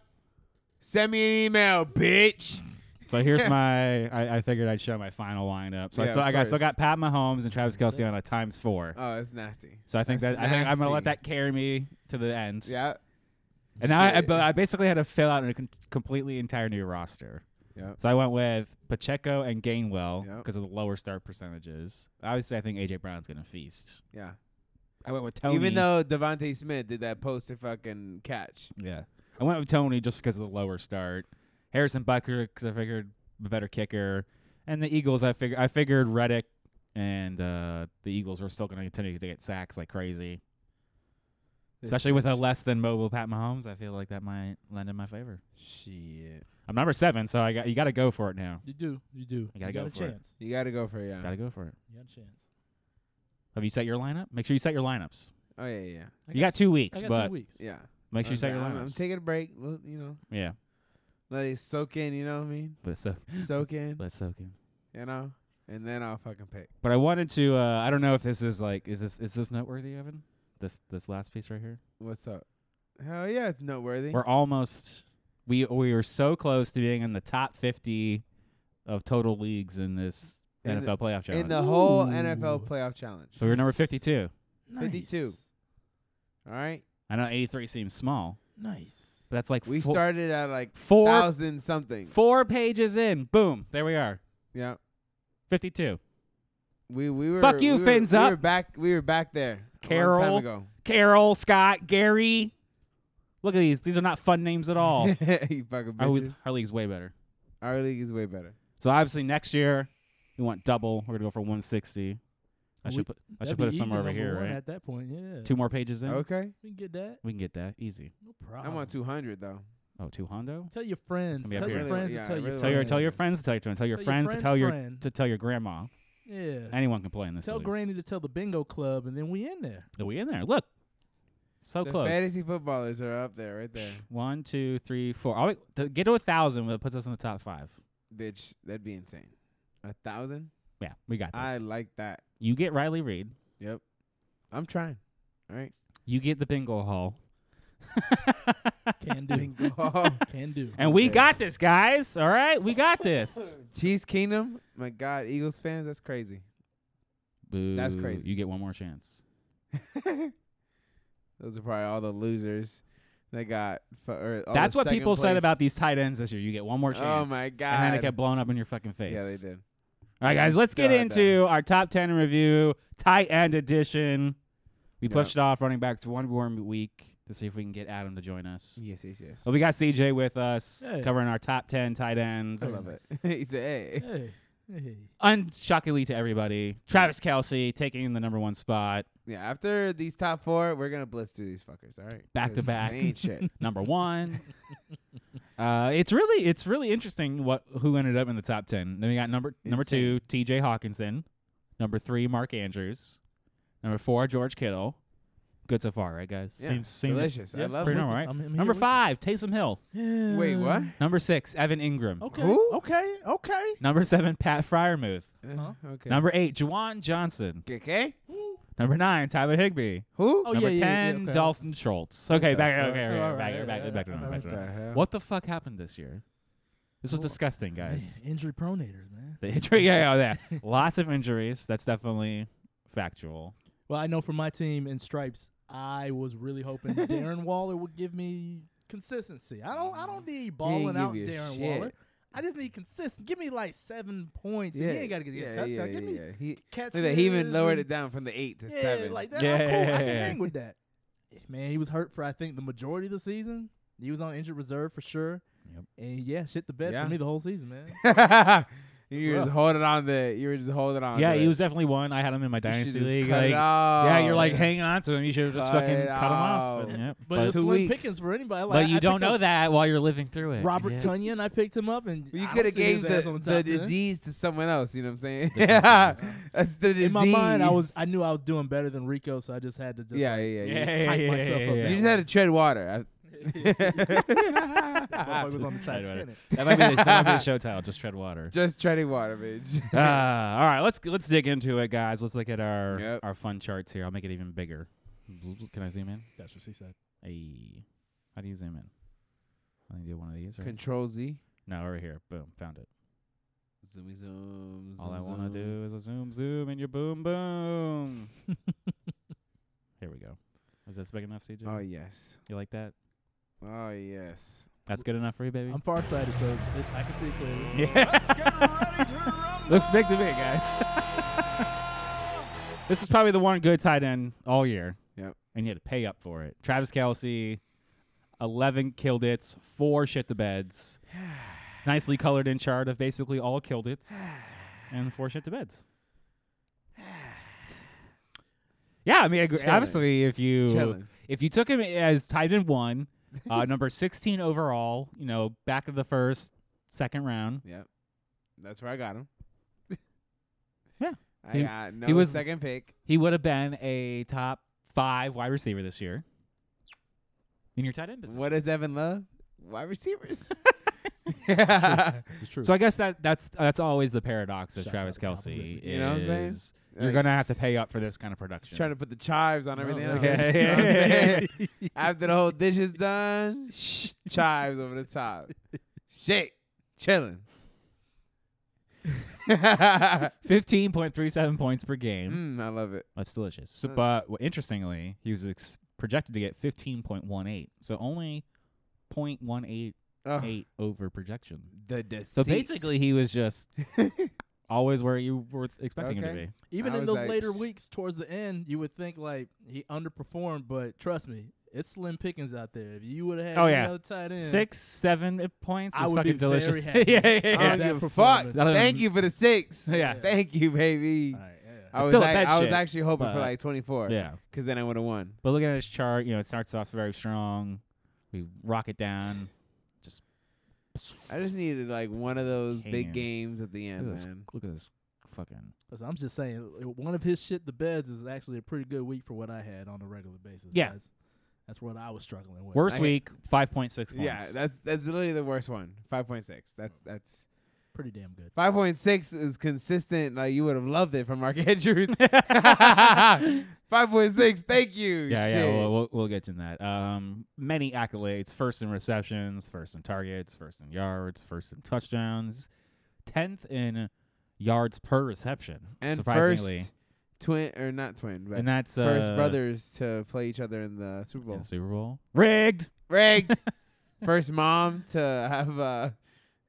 S2: Send me an email, bitch.
S1: So here's my. I, I figured I'd show my final lineup. So I
S2: Yeah,
S1: still
S2: of
S1: I got, still
S2: course.
S1: got Pat Mahomes and Travis Kelsey on a times four.
S2: Oh, it's nasty.
S1: So I think
S2: That's
S1: that I think I'm gonna let
S2: nasty.
S1: that carry me to the end.
S2: Yeah.
S1: And now I,
S2: Shit.
S1: but I basically had to fill out a con- completely entire new roster.
S2: Yep.
S1: So I went with Pacheco and Gainwell
S2: Yep.
S1: because of the lower start percentages. Obviously, I think AJ Brown's gonna feast.
S2: Yeah.
S1: I went with Tony.
S2: Even though Devonte Smith did that poster fucking catch.
S1: yeah, I went with Tony just because of the lower start. Harrison Bucker because I figured a better kicker, and the Eagles. I figured I figured Reddick and uh, the Eagles were still gonna continue to get sacks like crazy, especially with a less than mobile Pat Mahomes. I feel like that might land in my favor.
S2: Shit.
S1: I'm number seven, so I got you. Got to go for it now.
S3: You do. You do.
S1: I gotta
S3: got
S1: go
S3: a
S1: for it.
S3: chance.
S2: You gotta go for it, yeah.
S1: Got to go for it.
S3: You got a chance.
S1: Have you set your lineup? Make sure you set your lineups.
S2: Oh yeah, yeah,
S3: I
S1: you got two weeks,
S3: I got
S1: but
S3: two weeks.
S2: yeah.
S1: make sure you set your
S2: I'm,
S1: lineups.
S2: I'm taking a break. Look, you know,
S1: yeah,
S2: let it soak in. You know what I mean?
S1: let's soak,
S2: Soak in.
S1: let's soak in.
S2: You know, and then I'll fucking pick.
S1: But I wanted to. Uh, I don't know if this is like is this is this noteworthy, Evan? This this last piece right here.
S2: What's up? Hell yeah, it's noteworthy.
S1: We're almost. We we were so close to being in the top 50 of total leagues in this
S2: In the-
S1: NFL playoff challenge.
S2: in the whole
S3: Ooh.
S2: NFL playoff challenge.
S1: so we were number 52.
S3: Nice.
S2: 52. All right,
S1: I know 83 seems small,
S3: Nice.
S1: but that's like
S2: we
S1: four,
S2: started at like
S1: four
S2: thousand something.
S1: four pages in. Boom, there we are.
S2: Yeah,
S1: 52.
S2: we we were.
S1: Fuck you,
S2: we were,
S1: fins
S2: we
S1: up.
S2: Were back. We were back there. A
S1: Carol.
S2: long time ago.
S1: Carol, Scott, Gary. Look at these. These are not fun names at all.
S2: you fucking
S1: our, league-
S2: bitches.
S1: our league's way better.
S2: Our league is way better.
S1: So obviously next year we want double. We're gonna go for 160. I
S3: We-
S1: should put I
S3: That'd
S1: should
S3: be
S1: put it
S3: easy
S1: somewhere over
S3: number
S1: here,
S3: one
S1: right?
S3: At that point, yeah.
S1: Two more pages in.
S2: Okay,
S3: We can get that.
S1: We can get that easy.
S3: No
S2: I
S3: problem.
S2: want two hundred though.
S1: Oh, two hondo.
S3: Tell your friends.
S1: gonna be
S3: Tell
S1: up
S3: your
S1: here.
S3: friends
S2: Yeah,
S3: to tell
S2: I
S3: your
S2: really
S1: Tell your tell your
S3: friends.
S1: friends to tell your friends. Tell your friends to tell your
S3: friend.
S1: to tell your grandma.
S3: yeah.
S1: Anyone can play in this.
S3: Tell
S1: league.
S3: Granny to tell the bingo club, and then we in there.
S1: Are we in there? Look, so
S2: the
S1: close.
S2: fantasy footballers are up there, right there.
S1: One, two, three, four. Are we, to get to a thousand, it puts us in the top five.
S2: Bitch, that'd be insane. A thousand?
S1: Yeah, we got this.
S2: I like that.
S1: you get Riley Reed.
S2: Yep. I'm trying. All right.
S1: You get the bingo hall.
S3: Can do.
S2: Bingo.
S3: Can do.
S1: And we
S2: Okay.
S1: got this, guys. All right, we got this.
S2: Chiefs Kingdom. My God, Eagles fans, that's crazy. That's
S1: Boo.
S2: crazy.
S1: You get one more chance.
S2: Those are probably all the losers that got. Fu- or all
S1: That's
S2: Oh, the
S1: what
S2: second
S1: people said
S2: place-
S1: about these tight ends this year. You get one more chance.
S2: Oh my God.
S1: And then it got blown up in your fucking face.
S2: Yeah, they did.
S1: All right, guys, let's get
S2: Done,
S1: into our top ten review, tight end edition. We
S2: Yeah.
S1: pushed off running back to one more week to see if we can get Adam to join us.
S2: Yes, yes, yes.
S1: Well, we got CJ with us
S3: Hey.
S1: covering our top ten tight ends.
S2: I love it. he said, "Hey,
S3: Hey, hey.
S1: Unshockingly to everybody, Travis Kelsey taking the number one spot,
S2: yeah." After these top four, we're gonna blitz through these fuckers. All right.
S1: Back to
S2: 'Cause
S1: back.
S2: they ain't shit.
S1: number one. uh, it's really it's really interesting what who ended up in the top ten. Then we got number number two, T.J. Hawkinson, number three, Mark Andrews, number four, George Kittle. Good so far, right, guys?
S2: Yeah,
S1: Seems seems
S2: Delicious. I
S3: yeah,
S2: love
S1: pretty
S2: it.
S1: normal, right?
S3: I'm- I'm here
S1: number
S3: with you.
S1: five, Taysom Hill.
S2: Wait, what?
S1: Number six, Evan Ingram.
S3: Okay.
S2: Who?
S3: Okay. Okay.
S1: Number seven, Pat Fryermuth.
S3: Uh-huh.
S2: Uh, Okay.
S1: Number eight, Juwan Johnson.
S2: Okay.
S1: Number nine, Tyler Higbee.
S2: Who?
S3: Oh,
S1: Number
S3: yeah, yeah, yeah,
S1: ten,
S3: okay.
S1: Dalton Schultz. Okay,
S2: the
S1: back,
S2: fuck?
S1: okay, okay,
S3: All right,
S1: back,
S3: all
S1: back,
S3: right,
S1: back,
S3: all
S1: back, back,
S3: right,
S2: What
S1: back.
S2: the hell?
S1: What the fuck happened this year? This was
S3: Oh,
S1: disgusting, guys.
S3: Man, injury pronators, man.
S1: The injury, yeah, yeah, yeah. Lots of injuries. That's definitely factual.
S3: Well, I know for my team in stripes, I was really hoping Darren Waller would give me consistency. I don't. I don't need balling
S2: give
S3: out
S2: you
S3: Darren
S2: shit.
S3: Waller. I just need consistent. Give me like seven points. and you ain't got to get a touchdown. give me
S2: yeah. He,
S3: catches.
S2: look at, he even lowered
S3: and-
S2: it down from the eight to
S3: yeah,
S2: seven.
S3: like that.
S1: Yeah,
S3: I'm cool. I can
S1: yeah,
S3: hang with that. Man, he was hurt for I think the majority of the season. He was on injured reserve for sure.
S1: Yep.
S3: And yeah, shit the bed
S2: Yeah.
S3: for me the whole season, man.
S2: you were just holding on to. You were just holding on.
S1: yeah,
S2: to
S1: he
S2: it.
S1: was definitely one. I had him in my
S2: You should
S1: dynasty
S2: just
S1: league.
S2: cut it
S1: Like,
S2: off.
S1: yeah, you're like hanging on to him. You should have just
S2: Cut
S1: fucking
S2: it
S1: cut him off.
S2: out.
S1: And, yep.
S3: But,
S1: But,
S3: it's
S2: Two
S3: slim
S2: weeks.
S3: pickings for anybody. Like,
S1: but
S3: I-
S1: you
S3: I
S1: don't
S3: picked
S1: know
S3: up
S1: that while you're living through it.
S3: Robert
S1: Yeah.
S3: Tunyon, I picked him up, and
S2: You
S3: I
S2: could
S3: don't
S2: have
S3: see his
S2: gave
S3: ass
S2: the,
S3: on
S2: the
S3: top ten.
S2: disease to someone else. You know what I'm saying?
S1: The
S2: yeah,
S1: disease.
S2: that's the disease.
S3: In my mind, I was I knew I was doing better than Rico, so I just had to just
S2: yeah,
S3: like,
S2: yeah,
S1: Yeah,
S2: yeah. you-
S1: yeah,
S3: hype
S1: yeah,
S3: myself
S1: yeah,
S3: up
S1: yeah.
S2: You just had to tread water. I-
S3: motherfucker was on the
S1: Just-
S3: Titanic.
S1: That might be the, that might be the show title. Just tread water.
S2: just treading water, bitch.
S1: Uh, all right, let's let's dig into it, guys. Let's look at our
S2: Yep.
S1: our fun charts here. I'll make it even bigger. Can I zoom in?
S3: That's what she said.
S1: Hey, how do you zoom in? I think you do one of these. Right?
S2: Control Z.
S1: No, right here. Boom, found it.
S2: Zoomy zoom.
S1: All I
S2: want to
S1: do is a zoom, zoom, and your boom, boom. here we go. Is that big enough, CJ?
S2: Oh yes.
S1: You like that?
S2: Oh yes.
S1: That's good enough for you, baby.
S3: I'm farsighted, so it's, it, I can see it clearly.
S1: yeah. Looks big to me, guys. this is probably the one good tight end all year.
S2: Yep.
S1: And you had to pay up for it. Travis Kelsey, 11 killed its, four shit the beds. Nicely colored in chart of basically all killed its and four shit the beds. Yeah, I mean, I agree.
S2: Chilling.
S1: obviously, if you
S2: Chilling.
S1: if you took him as tight end one, uh, number 16 overall, you know, back of the first, second round.
S2: Yep. That's where I got him.
S1: Yeah.
S2: I
S1: He-
S2: got no
S1: was-
S2: second pick.
S1: He would have been a top five wide receiver this year in your tight end position.
S2: What is Evan Love? Wide receivers. yeah.
S3: This is true.
S1: So I guess that that's that's always the paradox of
S3: Shouts out
S1: Travis
S3: to compliment.
S1: Kelsey.
S2: You know what I'm saying?
S1: is You're gonna have to pay up for this kind of
S2: Just
S1: production.
S2: trying to put the chives on
S3: No,
S2: everything
S3: no,
S2: else.
S1: yeah,
S2: You know what I'm
S1: yeah.
S2: saying? After the whole dish is done, shh, chives over the top. Shake, chilling.
S1: 15.37 points per game.
S2: mm, I love it.
S1: That's delicious. So,
S2: Uh.
S1: but well, interestingly, he was ex- projected to get 15.18, so only 0.188
S2: Oh,
S1: over projection.
S2: the deceit.
S1: So basically, he was just always where you were expecting him to
S2: Okay.
S1: be.
S3: Even
S2: I
S3: in
S2: was
S3: those
S2: like,
S3: later
S2: "Psh."
S3: weeks towards the end, you would think like he underperformed, but trust me, it's slim pickings out there. If you would have had
S1: Oh,
S3: any
S1: yeah.
S3: other tight end,
S1: Six, seven i- points.
S3: I
S1: is
S3: would be
S1: fucking delicious.
S3: very happy.
S1: yeah, yeah, yeah.
S2: I don't
S3: that
S2: give a fuck.
S3: performance.
S2: Thank you for the six.
S1: Yeah.
S2: Thank you, baby.
S3: All right, yeah.
S2: I was,
S1: still a
S2: like-
S1: bad
S2: I was
S1: shit,
S2: actually hoping for
S1: but-
S2: like 24.
S1: yeah.
S2: Because then I would have won.
S1: But looking at his chart, you know, it starts off very strong. We rock it down. Just
S2: I just needed like one of those big
S1: Damn.
S2: games at the end,
S1: look, at this,
S2: man.
S1: look at this fucking.
S3: Listen, I'm just saying, uh, one of his shit the beds is actually a pretty good week for what I had on a regular basis.
S1: Yeah.
S3: that's, that's what I was struggling with.
S1: Worst
S2: I-
S1: week, five point six points.
S2: Yeah, that's that's literally the worst one. 5.6. That's that's
S3: pretty damn good.
S2: Five point six is consistent. Like you would have loved it from Mark Andrews. Five point six. Thank you.
S1: yeah,
S2: Shit.
S1: yeah. We'll, we'll, we'll get to that. Um, many accolades: first in receptions, first in targets, first in yards, first in touchdowns, tenth in yards per reception.
S2: and
S1: surprisingly,
S2: first twin or not twin, but
S1: and that's uh,
S2: first brothers to play each other in the Super
S1: in
S2: Bowl.
S1: the Super Bowl rigged.
S2: Rigged. first mom to have uh,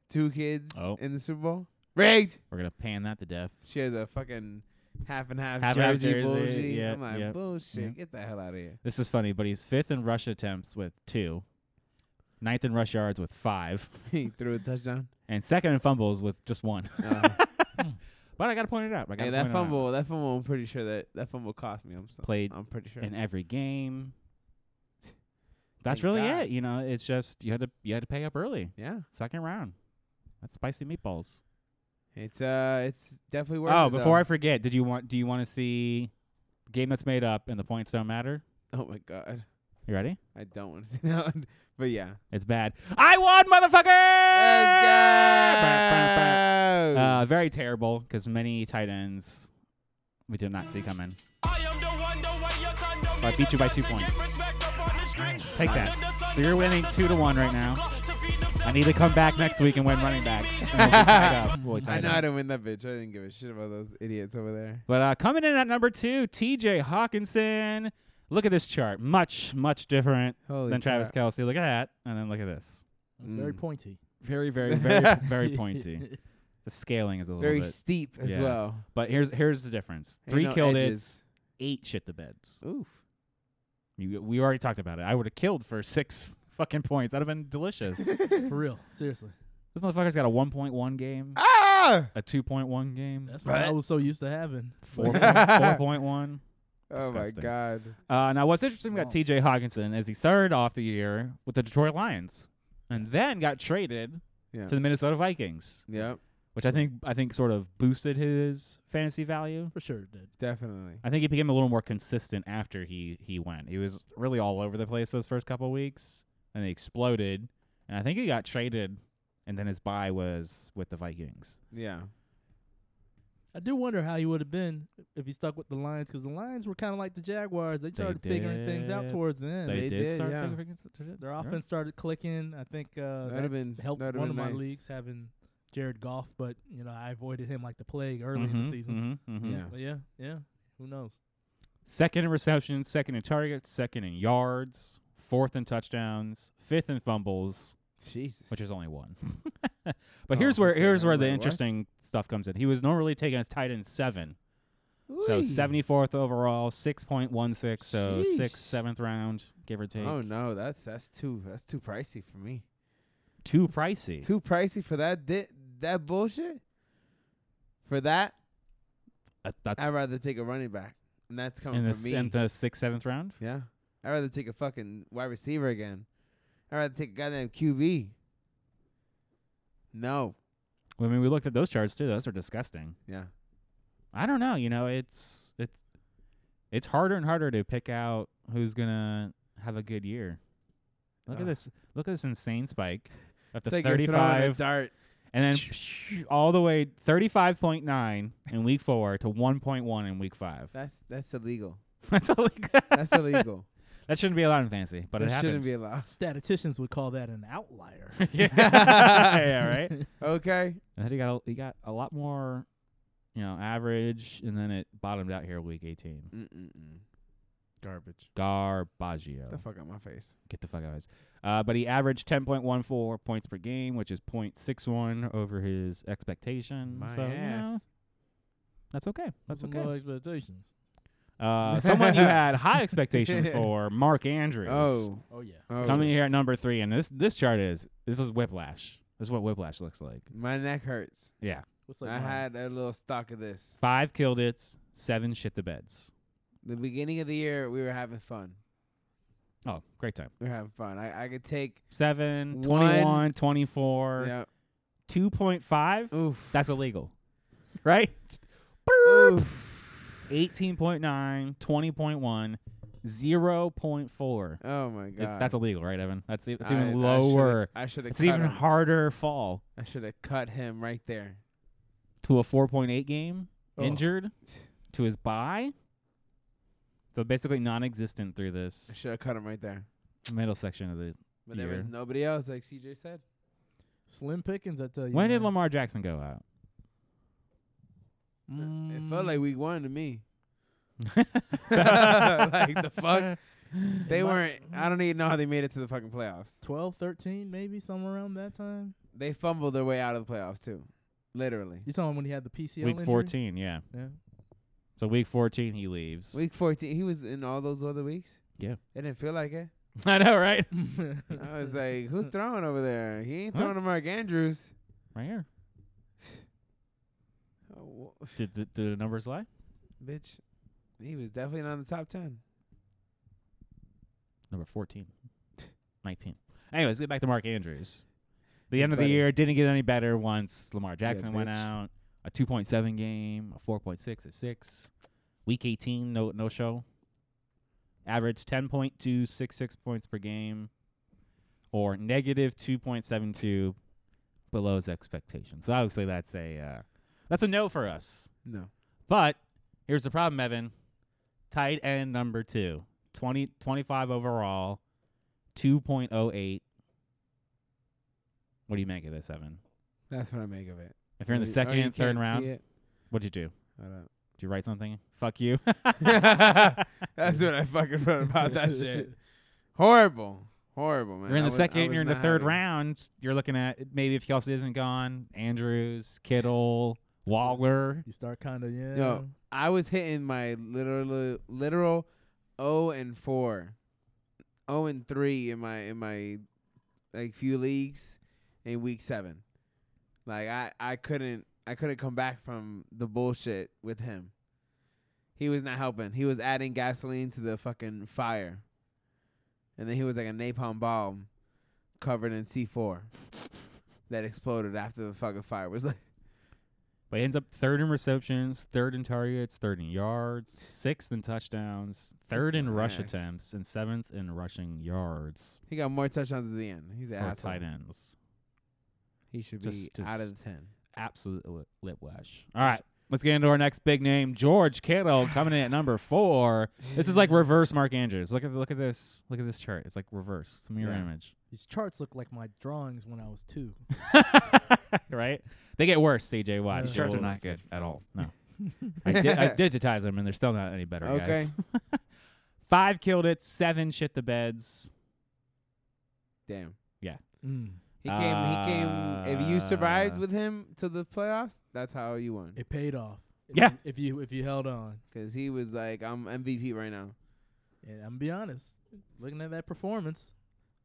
S2: two kids
S1: Oh.
S2: in the Super Bowl. Rigged.
S1: We're gonna pan that to death.
S2: She has a fucking half and half,
S1: Half and half
S2: jersey,
S1: jersey,
S2: bullshit.
S1: yep,
S2: I'm like
S1: yep,
S2: bullshit.
S1: yep.
S2: Get the hell out of here.
S1: This is funny, but he's fifth in rush attempts with two, ninth in rush yards with five,
S2: he threw a touchdown.
S1: and second in fumbles with just one.
S2: Uh,
S1: But I gotta point it out. I gotta
S2: hey, that
S1: point it out.
S2: fumble. That fumble. I'm pretty sure that that fumble cost me. I'm so,
S1: Played
S2: I'm pretty sure.
S1: in every game. That's
S2: Thank
S1: really
S2: God.
S1: it. You know, it's just you had to you had to pay up early.
S2: Yeah,
S1: Second round. That's spicy meatballs.
S2: it's uh, it's definitely worth.
S1: oh,
S2: it,
S1: before I
S2: though.
S1: forget, did you want do you want to see game that's made up and the points don't matter?
S2: oh my god,
S1: You ready?
S2: I don't want to see that one, but yeah,
S1: It's bad. I won, motherfucker!
S2: let's go.
S1: Uh, very terrible because many tight ends we did not see coming.
S5: I
S1: I beat you by two points. Take that. So you're winning two to one right now. I need to come back next week and win running backs. And we'll be tied up. We'll be
S2: I
S1: tied
S2: know
S1: up.
S2: how to win that bitch. I didn't give a shit about those idiots over there.
S1: But uh, coming in at number two, T.J. Hawkinson. Look at this chart. Much, much different
S2: Holy
S1: than Travis
S2: crap.
S1: Kelsey. Look at that, and then look at this.
S3: It's very
S2: Mm.
S3: pointy.
S1: Very, very, very, very pointy. The scaling is a little
S2: Very
S1: bit.
S2: steep as
S1: Yeah.
S2: well.
S1: But here's here's the difference.
S2: Ain't
S1: Three
S2: no
S1: killed
S2: edges.
S1: it, eight shit the beds.
S2: Oof.
S1: You, we already talked about it. I would have killed for six fucking points. That'd have been delicious. this
S3: For real, seriously.
S1: motherfucker's got a 1.1 game,
S2: Ah!
S1: a 2.1 game,
S3: That's what I was so used to having.
S1: four point- 4.1.
S2: Oh my
S1: Disgusting.
S2: god.
S1: Uh, now, what's interesting about
S3: Wow.
S1: T.J. Hawkinson is he started off the year with the Detroit Lions, and then got traded
S2: Yeah.
S1: to the Minnesota Vikings,
S2: Yep.
S1: which I think I think sort of boosted his fantasy value.
S3: For sure it did.
S2: Definitely.
S1: I think he became a little more consistent after he he went. He was really all over the place those first couple weeks, and he exploded. And I think he got traded, and then his buy was with the Vikings.
S2: Yeah.
S1: Uh,
S3: I do wonder how he would have been if he stuck with the Lions, because the Lions were kind of like the Jaguars. They started figuring things out
S1: did.
S3: towards the end.
S1: They,
S2: They
S1: did,
S2: did,
S1: start
S2: yeah.
S1: thinking-
S3: Their offense started clicking. I think uh,
S2: that'd
S3: that
S2: have been
S3: helped
S2: that'd have
S3: one of
S2: been
S3: my
S2: nice.
S3: leagues having Jared Goff, but you know I avoided him like the plague early in
S1: Mhm,
S3: the season.
S1: mhm, mhm.
S2: Yeah.
S3: But yeah, yeah. Who knows?
S1: Second in receptions, second in targets, second in yards, fourth in touchdowns, fifth in fumbles,
S2: Jesus.
S1: which is only one. but
S2: Oh,
S1: here's where
S2: okay,
S1: here's
S2: I'm
S1: where the
S2: like, what?
S1: interesting stuff comes in. He was normally taken as tight end seven, so seventy fourth overall, six point one six, so
S2: Sheesh.
S1: sixth, seventh round, give or take.
S2: Oh no, that's that's too that's too pricey for me.
S1: too pricey.
S2: Too pricey for that di- that bullshit. For that,
S1: Uh, that's
S2: I'd rather take a running back, and that's coming
S1: in the
S2: from
S1: s-
S2: me.
S1: in the sixth, seventh round.
S2: yeah, I'd rather take a fucking wide receiver again. I'd rather take a goddamn QB. No,
S1: I mean, we looked at those charts too. Those are disgusting.
S2: yeah,
S1: I don't know. You know, it's it's it's harder and harder to pick out who's gonna have a good year. Look
S2: Ugh.
S1: at this. Look at this insane spike up to
S2: it's like you're throwing a
S1: 35,
S2: dart.
S1: and then all the way 35.9 in week four to 1.1 in week five.
S2: That's that's illegal.
S1: That's all. we got.
S2: That's illegal.
S1: That shouldn't be allowed in fantasy, but
S2: that
S1: it
S2: shouldn't
S1: happens.
S2: be allowed.
S3: Statisticians would call that an outlier.
S1: yeah. yeah, right.
S2: Okay.
S1: And then he got a, he got a lot more, you know, average, and then it bottomed out here week 18.
S2: Mm-mm-mm. Garbage.
S1: Garbaggio.
S2: Get the fuck out my face.
S1: get the fuck out of his. Uh, but he averaged 10.14 points per game, which is 0.61 over his expectation. Mm, so, you know, that's okay. That's
S3: Some
S1: okay.
S3: low expectations.
S1: Uh, someone you had high expectations for, Mark Andrews.
S2: Oh.
S3: Oh yeah.
S2: oh.
S1: Coming here at number three, and this this chart is this is whiplash. This is what whiplash looks like.
S2: My neck hurts.
S1: Yeah,
S3: What's like
S2: I
S3: mine?
S2: had a little stock of this.
S1: five killed it, seven shit the beds.
S2: The beginning of the year, we were having fun.
S1: Oh, great time.
S2: We were having fun. I, I could take.
S1: Seven,
S2: One-
S1: 21, 24,
S2: Yeah.
S1: 2.5.
S2: Oof.
S1: That's illegal, right?
S2: Oof.
S1: 18.9, 20.1, 0.4.
S2: Oh my
S1: Is-
S2: god.
S1: that's illegal, right, Evan? That's, e- that's
S2: I-
S1: even lower.
S2: I should have
S1: It's
S2: cut
S1: an even
S2: him.
S1: harder fall
S2: I should have cut him right there.
S1: to a 4.8 game,
S3: Oh.
S1: injured to his bye. So basically non existent through
S2: I
S1: this
S2: should have cut him right there.
S1: middle section of the.
S2: But there was
S1: Year.
S2: nobody else, like CJ said.
S3: slim pickings. I tell you.
S1: When did
S3: man.
S1: Lamar Jackson go out?
S2: It
S3: Mm,
S2: felt like week one to me.
S1: like
S2: the fuck? They
S3: It might-
S2: weren't. I don't even know how they made it to the fucking playoffs.
S3: 12, 13, maybe somewhere around that time.
S2: They fumbled their way out of the playoffs too. Literally.
S3: You saw him when he had the PCL
S1: Week
S3: injury?
S1: 14, yeah.
S3: Yeah.
S1: So week 14, he leaves.
S2: Week 14, he was in all those other weeks.
S1: Yeah.
S2: It didn't feel like it.
S1: I know, right?
S2: I was like, who's throwing over there? He ain't
S1: Huh?
S2: throwing to Mark Andrews.
S1: Right here.
S2: Oh, wha-
S1: Did the, did the numbers lie?
S2: bitch, he was definitely not in the top 10.
S1: Number 14. 19. Anyways, get back to Mark Andrews. The
S2: He's
S1: end of the
S2: better.
S1: year didn't get any better once Lamar Jackson went
S2: bitch.
S1: out. A 2.7 game, a 4.6, a 6. Week 18, no no show. Average 10.266 points per game or negative 2.72 below his expectations. So obviously that's a uh, that's a no for us.
S2: No.
S1: But here's the problem, Evan. Tight end number two, 20, 25 overall, 2.08. What do you make of this, Evan?
S2: That's what I make of it.
S1: If you're in the
S2: Or you
S1: second and third
S2: can't see
S1: round,
S2: it.
S1: what'd you do?
S2: I don't-
S1: Did you write something? Fuck you.
S2: That's what I fucking wrote about that shit. Horrible. Horrible, man.
S1: you're
S2: I
S1: in the
S2: was- I
S1: second,
S2: was
S1: you're in the
S2: not
S1: third
S2: happy.
S1: round. You're looking at maybe if Kelsey isn't gone, Andrews, Kittle, Waller.
S3: You start kind of, yeah.
S2: Yo. I was hitting my literal literal 0 and 4. 0 and 3 in my in my like few leagues in week 7. Like I I couldn't I couldn't come back from the bullshit with him. He was not helping. He was adding gasoline to the fucking fire. And then he was like a napalm bomb covered in C4 that exploded after the fucking fire was like
S1: But he ends up third in receptions, third in targets, third in yards, sixth in touchdowns, third in
S2: my
S1: rush
S2: ass.
S1: attempts, and seventh in rushing yards
S2: he got more touchdowns at the end. He's an
S1: for
S2: asshole.
S1: tight ends.
S2: He should
S1: Just-
S2: be out of
S1: just-
S2: the ten.
S1: Absolute li- lip wash. All right, let's get into our next big name, George Kittle, coming in at number four. This is like reverse Mark Andrews. Look at look at this. Look at this chart. It's like reverse. It's a mirror
S2: Yeah.
S1: image.
S3: These charts look like my drawings when I was two.
S1: right? They get worse. CJ Watt.
S3: These
S1: They
S3: charts
S1: will-
S3: are not
S1: good at all. No. I, di- I digitized them and they're still not any better,
S2: Okay.
S1: guys. Five killed it, seven shit the beds,
S2: Damn.
S3: Mm.
S2: He came. he came. If you survived
S1: Uh,
S2: with him to the playoffs, that's how you won.
S3: It paid off. If
S1: Yeah.
S3: you- if you if you held on,
S2: Because he was like, I'm MVP right now.
S3: and I'm gonna be honest, looking at that performance,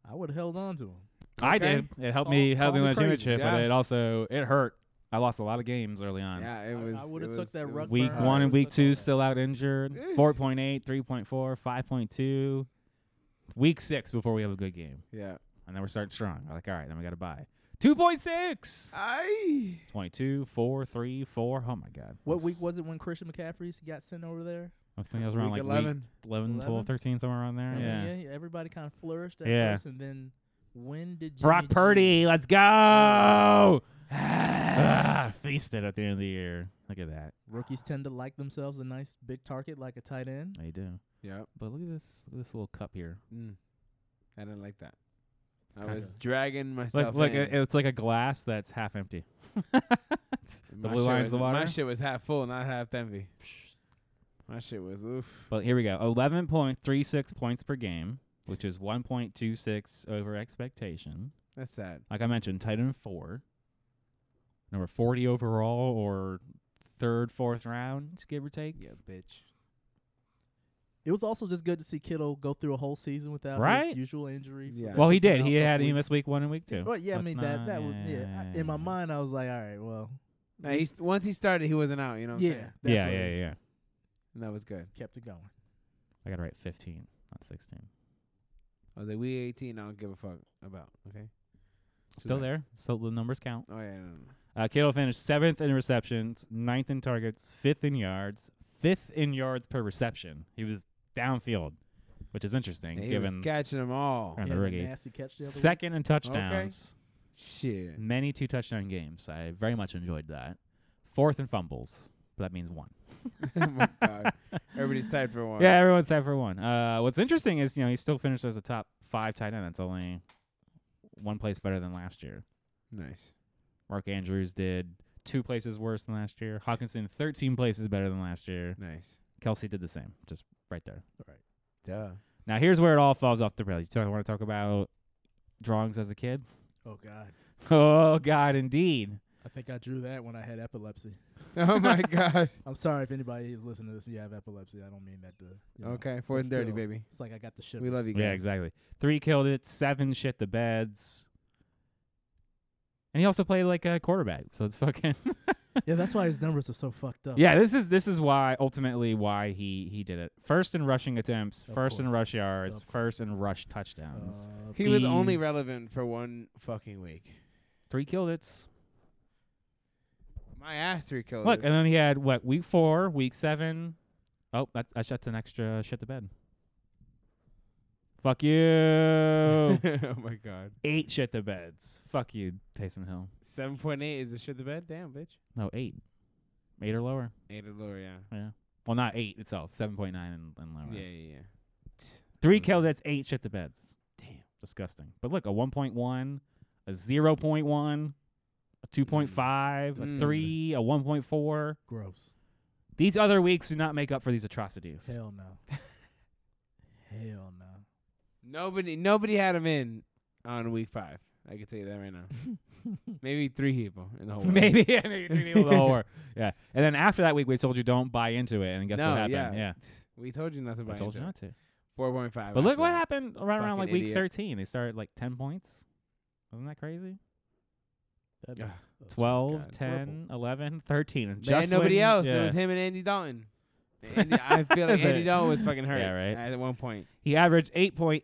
S3: I would have held on to him.
S1: I
S2: Okay.
S1: did. It helped
S3: Call-
S1: me help
S3: call
S1: me
S3: me
S1: win a
S3: crazy.
S1: championship, but
S2: Yeah.
S1: it also it hurt. I lost a lot of games early on.
S2: Yeah, it
S3: I- I
S2: was.
S3: would've
S2: it
S3: took
S2: was-
S3: that
S2: it was
S3: Ruck
S1: Week
S3: Burn.
S2: hard.
S1: one and
S3: Burn
S1: week
S3: took
S1: two
S3: all
S1: still out injured. 4.8, 3.4, 5.2. Week six before we have a good game.
S2: Yeah.
S1: And then we're starting strong. We're like, all right, then we got to buy. 2.6.
S2: I.
S1: 22, 4, 3, 4. Oh, my God.
S3: What week was it when Christian McCaffrey's got sent over there?
S1: I think I was around like
S2: week
S1: week
S2: 11.
S1: 11, 12,
S3: 11?
S1: 13, somewhere around there.
S3: I mean,
S1: Yeah.
S3: yeah, everybody kind of flourished at
S1: Yeah.
S3: first, and then when did Jimmy
S1: Brock
S3: G-
S1: Purdy, let's go. ah, feasted at the end of the year. Look at that.
S3: Rookies tend to like themselves a nice big target like a tight end.
S1: They do.
S2: Yep.
S1: But look at this this little cup here.
S2: Mm. I didn't like that. I
S1: Kinda.
S2: was dragging
S1: Look,
S2: myself.
S1: look
S2: in.
S1: it, it's like a glass that's half empty. blue
S2: My shit
S1: line's
S2: was-
S1: the
S2: My
S1: water?
S2: shit was half full, not half empty. My shit was oof.
S1: But here we go. 11.36 points per game, which is 1.26 over expectation.
S2: That's sad.
S1: Like I mentioned, tight end 4. Number 40 overall or third, fourth round, give or take.
S2: Yeah, bitch.
S3: It was also just good to see Kittle go through a whole season without
S1: Right?
S3: his usual injury. for
S2: Yeah.
S1: Well, he
S3: He's been
S1: did.
S3: out
S1: He
S3: a couple
S1: had he
S3: weeks.
S1: missed week 1 and week 2.
S3: Well, yeah, I
S1: Let's
S3: mean
S1: not-
S3: that that was yeah. I- In my
S1: yeah.
S3: mind, I was like, all right, well,
S2: Nah, he's, once he started, he wasn't out. You know. What I'm
S3: yeah,
S2: saying?
S3: that's
S1: yeah,
S3: what
S1: yeah,
S3: it is.
S1: yeah.
S2: And that was good.
S3: Kept it going.
S1: I got to write 15, not 16.
S2: I was like, we 18. I don't give a fuck about. Okay.
S1: Still
S2: that.
S1: there. So the numbers count.
S2: Oh yeah. No, no, no.
S1: Uh, Kittle finished seventh in receptions, ninth in targets, fifth in yards, fifth in yards per reception. He was downfield, which is interesting
S2: He was
S1: given
S2: catching them all.
S1: Yeah. And
S3: He
S1: the
S3: had the
S1: rookie.
S3: nasty catch the other week.
S1: second in touchdowns.
S2: Shit.
S1: Many two touchdown games. I very much enjoyed that. Fourth in fumbles, but that means one.
S2: oh my god. Everybody's tied for one.
S1: Yeah, everyone's tied for one. Uh, what's interesting is you know he still finished as a top five tight end. That's only one place better than last year.
S2: Nice.
S1: Mark Andrews did two places worse than last year. Hawkinson thirteen places better than last year.
S2: Nice.
S1: Kelsey did the same, just right there.
S2: Duh.
S1: Now here's where it all falls off the rails. You talk, want to talk about drawings as a kid?
S3: Oh God,
S1: Oh God, indeed.
S3: I think I drew that when I had epilepsy.
S2: Oh my god.
S3: I'm sorry if anybody is listening to this. and You have epilepsy. I don't mean that to. You know,
S2: Okay. Four and dirty,
S3: still,
S2: baby.
S3: It's like I got the shit.
S2: We love you guys.
S1: Yeah, exactly. Three killed it. Seven shit the beds. And he also played like a quarterback, so it's fucking.
S3: Yeah, that's why his numbers are so fucked up.
S1: yeah, this is this is why ultimately why he he did it. First in rushing attempts,
S3: Of
S1: first in
S3: course.
S1: rush yards,
S3: Of course.
S1: first in rush
S3: Uh,
S1: touchdowns.
S2: He was only
S1: Bees.
S2: relevant for one fucking week.
S1: Three killed it's.
S2: My ass three killers.
S1: Look, and then he had what week four, week seven. Oh, that's I shut an extra shit to bed. Fuck you.
S2: oh my god.
S1: eight shit to beds. Fuck you, Taysom Hill.
S2: Seven point eight is the shit the bed. Damn, bitch.
S1: No, eight. Eight or lower.
S2: Eight or lower, yeah.
S1: Yeah. Well, not eight itself. Seven point nine and, and lower.
S2: Yeah, yeah, yeah.
S1: Three
S2: Mhm.
S1: kills. That's eight shit to beds.
S2: Damn.
S1: Disgusting. But look, a one point one, a zero point one, a two point five,
S2: Mm. Disgusting.
S1: a three, a one point four.
S3: gross.
S1: These other weeks do not make up for these atrocities.
S3: Hell no. Hell no.
S2: Nobody, nobody had him in on week five. I can tell you that right now. Maybe three people in the whole. world.
S1: maybe, yeah, maybe three people the whole war. Yeah. And then after that week, we told you don't buy into it, and guess
S2: no,
S1: what happened?
S2: Yeah.
S1: yeah.
S2: We told you not to buy.
S1: I told you
S2: into
S1: not
S2: it.
S1: to.
S2: Four point five.
S1: But look what happened right around like
S2: Fucking
S1: week
S2: idiot.
S1: 13. They started like 10 points. Wasn't that crazy?
S3: That
S2: Ugh.
S3: is uh,
S1: Twelve,
S2: God.
S1: ten, eleven, thirteen. 10, 11, 13. And
S2: They
S1: just
S2: had nobody
S1: when-
S2: else.
S1: yeah.
S2: It was him and Andy Dalton. Andy, I feel like
S1: Is
S2: Andy
S1: it?
S2: Dalton was fucking hurt.
S1: Yeah, right.
S2: At one point.
S1: He averaged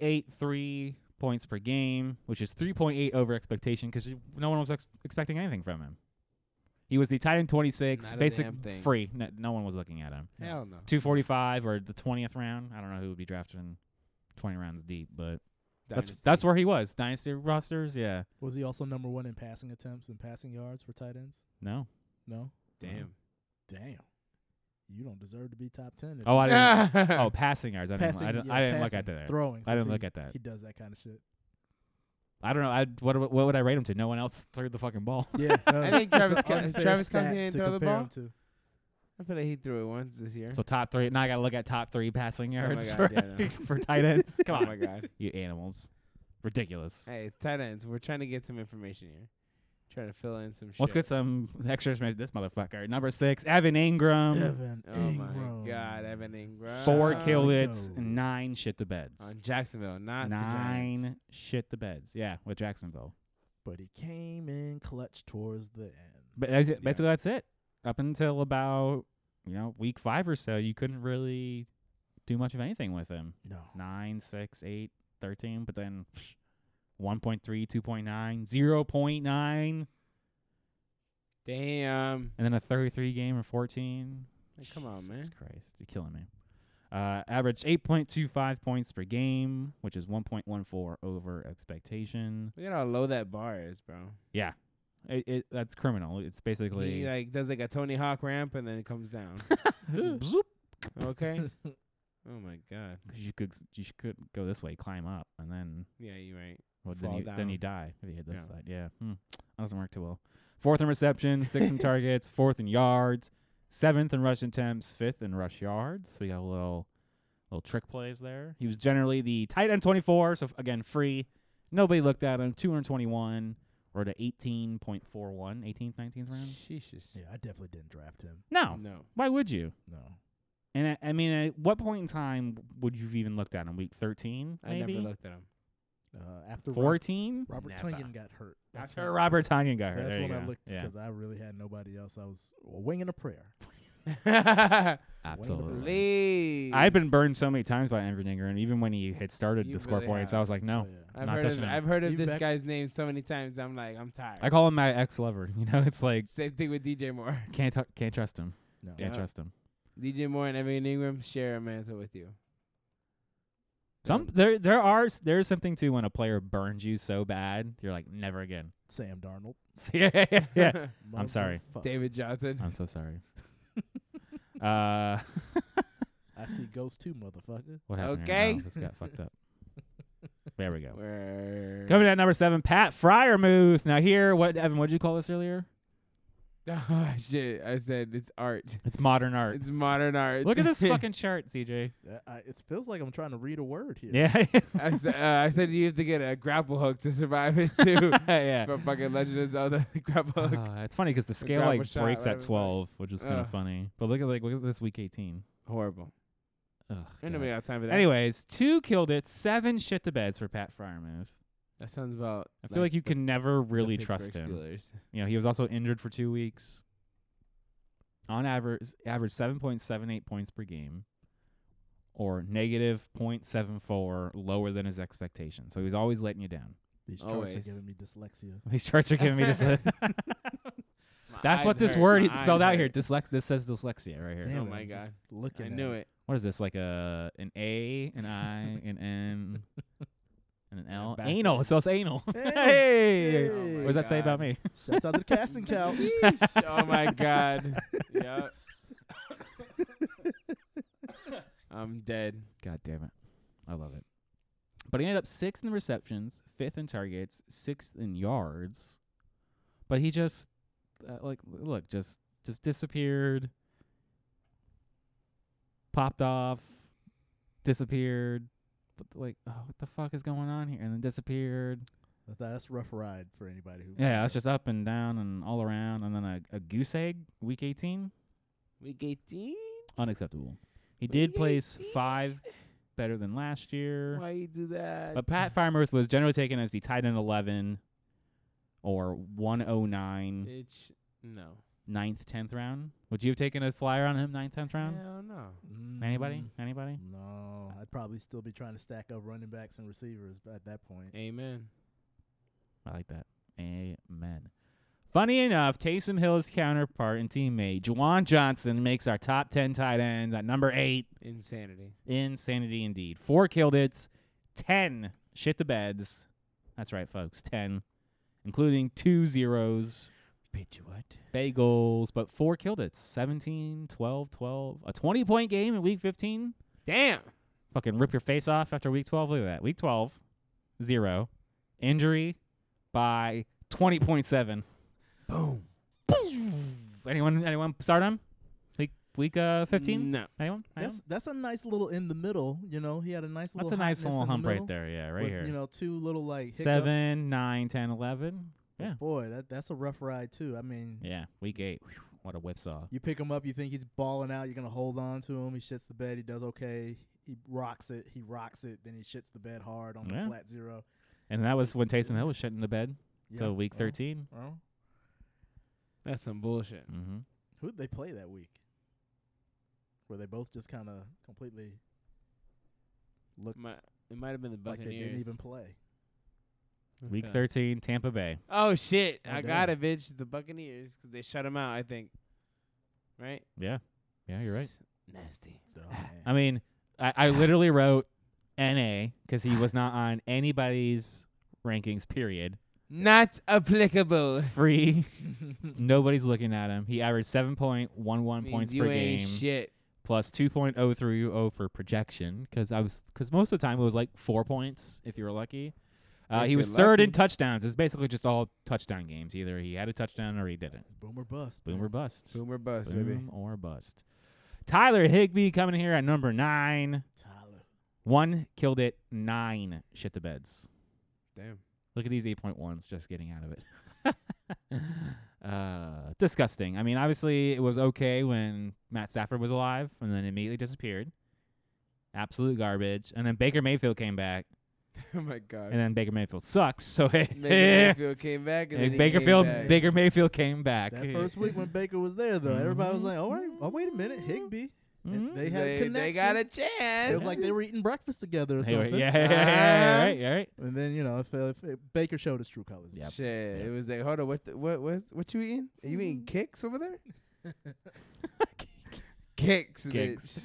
S1: 8.83 points per game, which is 3.8 over expectation because no one was ex- expecting anything from him. He was the tight end 26,
S2: Not a
S1: basic
S2: damn thing.
S1: free. No, no one was looking at him.
S2: Hell no.
S1: 245 or the 20th round. I don't know who would be drafted in 20 rounds deep, but that's that's
S2: Dynasties.
S1: where he was. Dynasty rosters, yeah.
S3: Was he also number one in passing attempts and passing yards for tight ends?
S1: No.
S3: No.
S2: Damn.
S3: Damn. You don't deserve to be top ten. if
S1: Oh, I
S3: you-
S1: didn't. oh, passing yards. I didn't.
S3: Passing,
S1: I didn't,
S3: yeah,
S1: I didn't look
S3: passing,
S1: at that.
S3: Throwing.
S1: I
S3: since
S1: didn't
S3: he-
S1: look at that.
S3: He does that kind of shit.
S1: I don't know. I what what would I rate him to? No one else threw the fucking ball.
S3: Yeah. no,
S2: I think
S3: it's an
S2: Travis Kel-
S3: unfair
S2: Travis
S3: stat
S2: Kelce didn't
S3: to
S2: throw the
S3: compare him
S2: ball?
S3: to.
S2: I feel like he threw it once this year.
S1: So top three. Now I gotta look at top three passing
S2: Oh my
S1: yards
S2: God,
S1: for,
S2: yeah, no.
S1: for tight ends. Come
S2: oh
S1: on,
S2: my god.
S1: you animals. Ridiculous.
S2: Hey, tight ends. We're trying to get some information here. Trying to fill in some shit.
S1: Let's get some extra information. This motherfucker. Number six, Evan Ingram.
S3: Evan
S2: Oh
S3: Ingram.
S2: my God, Evan Ingram.
S1: Four
S3: Shots on
S1: kill
S3: the
S1: hits,
S3: go.
S1: nine shit the beds.
S2: on Jacksonville, not The Giants.
S1: Nine shit the beds. Yeah, with Jacksonville.
S3: But he came in clutch towards the end.
S1: But that's it. basically, that's it. Up until about you know week five or so, you couldn't really do much of anything with him.
S3: No.
S1: Nine, six, eight, thirteen. But then psh, 1.3, 2.9, 0.9,
S2: Damn.
S1: and then a 33 game or 14.
S2: Like, come on,
S1: Jesus
S2: man.
S1: Christ, you're killing me. Uh, averaged 8.25 points per game, which is 1.14 over expectation.
S2: Look at how low that bar is, bro.
S1: Yeah, it, it that's criminal. It's basically
S2: He like does like a Tony Hawk ramp and then it comes down.
S1: Bloop.
S2: okay. Oh my God.
S1: 'Cause you could you sh- could go this way, climb up, and then
S2: Yeah, you're right.
S1: well, then
S2: Fall
S1: you then you
S2: down.
S1: die if you hit this
S2: Yeah.
S1: side. Yeah, hmm. that doesn't work too well. Fourth in receptions, sixth in targets, fourth in yards, seventh in rush attempts, fifth in rush yards. So you got a little little trick plays there. He was generally the tight end 24. So f- again, free. Nobody looked at him. 221 or to 18.41, 18th, 19th round.
S2: Sheesh.
S3: Yeah, I definitely didn't draft him.
S1: No,
S2: No.
S1: why would you?
S3: No.
S1: And I, I mean, at what point in time would you've even looked at him? Week 13,
S2: I
S1: maybe.
S2: never looked at him.
S3: Uh, after Rob-
S1: 14?
S3: Robert
S2: Never.
S3: Tunyon got hurt. That's
S1: After
S3: when-
S1: Robert Tanyan got hurt.
S3: That's
S1: there you
S3: when I
S1: go.
S3: looked
S1: Yeah.
S3: because I really had nobody else. I was winging a prayer.
S1: Absolutely.
S2: Please.
S1: I've been burned so many times by Evan Ingram. Even when he had started
S2: You
S1: to score
S2: really
S1: points,
S2: have.
S1: I was like, no.
S3: Oh, yeah.
S2: I've
S1: not
S2: heard of,
S1: touching him.
S2: I've heard of
S3: You
S2: this
S3: back-
S2: guy's name so many times. I'm like, I'm tired.
S1: I call him my ex lover. You know, it's like,
S2: Same thing with DJ Moore.
S1: can't t- can't trust him.
S3: No.
S1: Can't
S2: Yeah.
S1: trust him.
S2: DJ Moore and Evan Ingram share a mantle with you.
S1: Some there there are s- there's something too when a player burns you so bad you're like never again.
S3: Sam Darnold.
S1: yeah, yeah, yeah, yeah. I'm sorry.
S3: Motherfucker.
S2: David Johnson.
S1: I'm so sorry. uh,
S3: I see ghosts too, motherfucker.
S1: what happened? here?
S2: Okay.
S1: No, this got fucked up. There we go.
S2: Word.
S1: Coming in at number seven, Pat Fryermuth. Now here, what Evan? What did you call this earlier?
S2: Oh, shit. I said it's art.
S1: It's modern art.
S2: It's modern art.
S1: Look at this fucking chart, CJ.
S3: Uh, I, it feels like I'm trying to read a word here.
S1: Yeah,
S2: I said, uh, I said you have to get a grapple hook to survive it too.
S1: yeah.
S2: From fucking Legend of Zelda grapple hook.
S1: Ah, it's funny because the scale
S2: grab
S1: like
S2: a shot,
S1: breaks
S2: whatever
S1: at
S2: the fuck.
S1: twelve, which is kind
S2: Ugh.
S1: of funny. But look at like look at this week eighteen.
S2: Horrible.
S1: Ugh,
S2: Ain't
S1: God.
S2: nobody got time for that.
S1: Anyways, two killed it, seven shit the beds for Pat Fryermuth.
S2: that sounds about.
S1: I feel like, you
S2: the-
S1: can never
S2: the
S1: really
S2: Pittsburgh
S1: trust him.
S2: Steelers.
S1: You know, he was also injured for two weeks. On average, average seven point seven eight points per game, or negative point seven four, lower than his expectation. So he's always letting you down.
S3: These charts are
S2: Always.
S3: giving me dyslexia.
S1: These charts are giving me just.
S2: My
S1: That's what
S2: eyes
S1: this
S2: hurt.
S1: word
S2: My
S1: is spelled
S2: eyes
S1: out here.
S2: hurt.
S1: Dyslex. This says dyslexia right here.
S3: Damn
S2: Oh
S3: it,
S2: my
S3: I'm just
S2: God. I
S3: Looking at
S2: knew it.
S1: What is this? Like a an A, an I, an N, and an L.
S2: backwards.
S1: Anal. So it's anal.
S3: Hey.
S1: Hey.
S3: Oh
S1: What
S2: my
S1: does that say about
S2: God.
S1: me?
S3: Shouts out to the casting couch.
S2: Yeesh. oh my god. yep. I'm dead.
S1: God damn it. I love it. But he ended up sixth in receptions, fifth in targets, sixth in yards. But he just, uh, like, look, just just disappeared, popped off, disappeared. But like, oh, what the fuck is going on here? And then disappeared.
S3: That- That's a rough ride for anybody who.
S1: Yeah, it's just up and down and all around, and then a, a goose egg week 18.
S2: Week 18?
S1: Unacceptable. He
S2: Week
S1: did place
S2: 18?
S1: five better than last year,
S2: Why you do that?
S1: but Pat Firemirth was generally taken as the tight end 11 or 109,
S2: Bitch, no.
S1: ninth, 10th round. Would you have taken a flyer on him, ninth, 10th round?
S2: Hell no.
S3: Mm,
S1: Anybody? Anybody?
S3: No, I'd probably still be trying to stack up running backs and receivers b- at that point.
S2: Amen.
S1: I like that. Amen. Funny enough, Taysom Hill's counterpart and teammate, Juwan Johnson, makes our top 10 tight ends at number eight.
S2: Insanity.
S1: Insanity indeed. Four killed it, ten shit the beds. That's right, folks, ten, including two zeros,
S2: Bitch, what?
S1: bagels, but four killed it. 17, 12, 12. A 20 point game in week 15.
S2: Damn.
S1: Fucking rip your face off after week 12. Look at that. Week 12, zero. Injury by 20.7.
S2: Boom.
S1: Anyone, anyone start him? Week, Week uh, 15?
S2: No.
S1: Anyone? Anyone?
S3: That's that's a nice little in the middle. You know, he had a nice
S1: That's
S3: little.
S1: a nice
S3: hotness
S1: little
S3: in the
S1: hump right
S3: middle
S1: there. Yeah, right
S3: with,
S1: here.
S3: You know, two little like hiccups.
S1: Seven, nine, ten, eleven. yeah.
S3: Boy, that that's a rough ride too. I mean,
S1: Yeah, week eight. Whew, what a whipsaw.
S3: you pick him up, you think he's balling out. You're gonna hold on to him. He shits the bed. He does okay. He rocks it. He rocks it. Then he shits the bed hard on
S1: Yeah.
S3: the flat zero.
S1: And that was when Taysom Hill was shut in the bed
S3: Yeah,
S1: till week
S3: well,
S1: 13.
S3: well,
S2: That's some bullshit.
S1: Mm-hmm.
S3: who'd they play that week? Were they both just kind of completely looked
S2: Mi- it might have been the
S3: like
S2: Buccaneers.
S3: they didn't even play?
S1: Week
S2: Okay.
S1: 13, Tampa Bay.
S2: Oh shit!
S3: Oh,
S2: I
S3: damn.
S2: got it, bitch. The Buccaneers, 'cause they shut him out. I think. Right.
S1: Yeah. Yeah, you're right.
S2: Nasty.
S3: Oh, man.
S1: I mean, I, I literally wrote NA because he was not on anybody's rankings, period.
S2: Not applicable.
S1: Free. Nobody's looking at him. He averaged 7.11
S2: Means
S1: points
S2: you
S1: per
S2: ain't
S1: game,
S2: Shit.
S1: plus 2.030 for projection because I was because most of the time it was like four points if you were lucky. Uh,
S2: If
S1: he
S2: you're
S1: was third in
S2: lucky.
S1: touchdowns. It's basically just all touchdown games. Either he had a touchdown or he didn't.
S3: boom or bust.
S1: Boom
S3: man.
S1: or bust.
S2: Boomer bust, baby.
S1: Boom or bust. Tyler Higby coming in here at number nine.
S3: Tyler.
S1: One killed it. Nine shit the beds.
S2: Damn.
S1: Look at these 8.1s just getting out of it. uh, disgusting. I mean, obviously, it was okay when Matt Stafford was alive and then immediately disappeared. Absolute garbage. And then Baker Mayfield came back,
S2: oh my god.
S1: and then Baker Mayfield sucks. So, hey,
S2: Baker Mayfield came back and, then
S1: and
S2: he
S1: Bakerfield,
S2: came back.
S1: Baker Mayfield came back.
S3: That first week when Baker was there, though,
S1: Mm-hmm.
S3: everybody was like, "Oh wait, oh wait a minute, Higby."
S1: Mhm.
S3: And they had a
S2: They,
S3: connection.
S2: they got a chance.
S3: It was like they were eating breakfast together or
S1: Hey, wait,
S3: something.
S1: yeah, yeah, yeah, yeah,
S2: Ah.
S1: right, yeah, right.
S3: And then you know, if, if, if Baker showed his true colors.
S1: Yep.
S2: Shit.
S1: Yep.
S2: It was like, hold on, what the, what what what you eating? Are you eating kicks over there? Kicks,
S1: Kicks.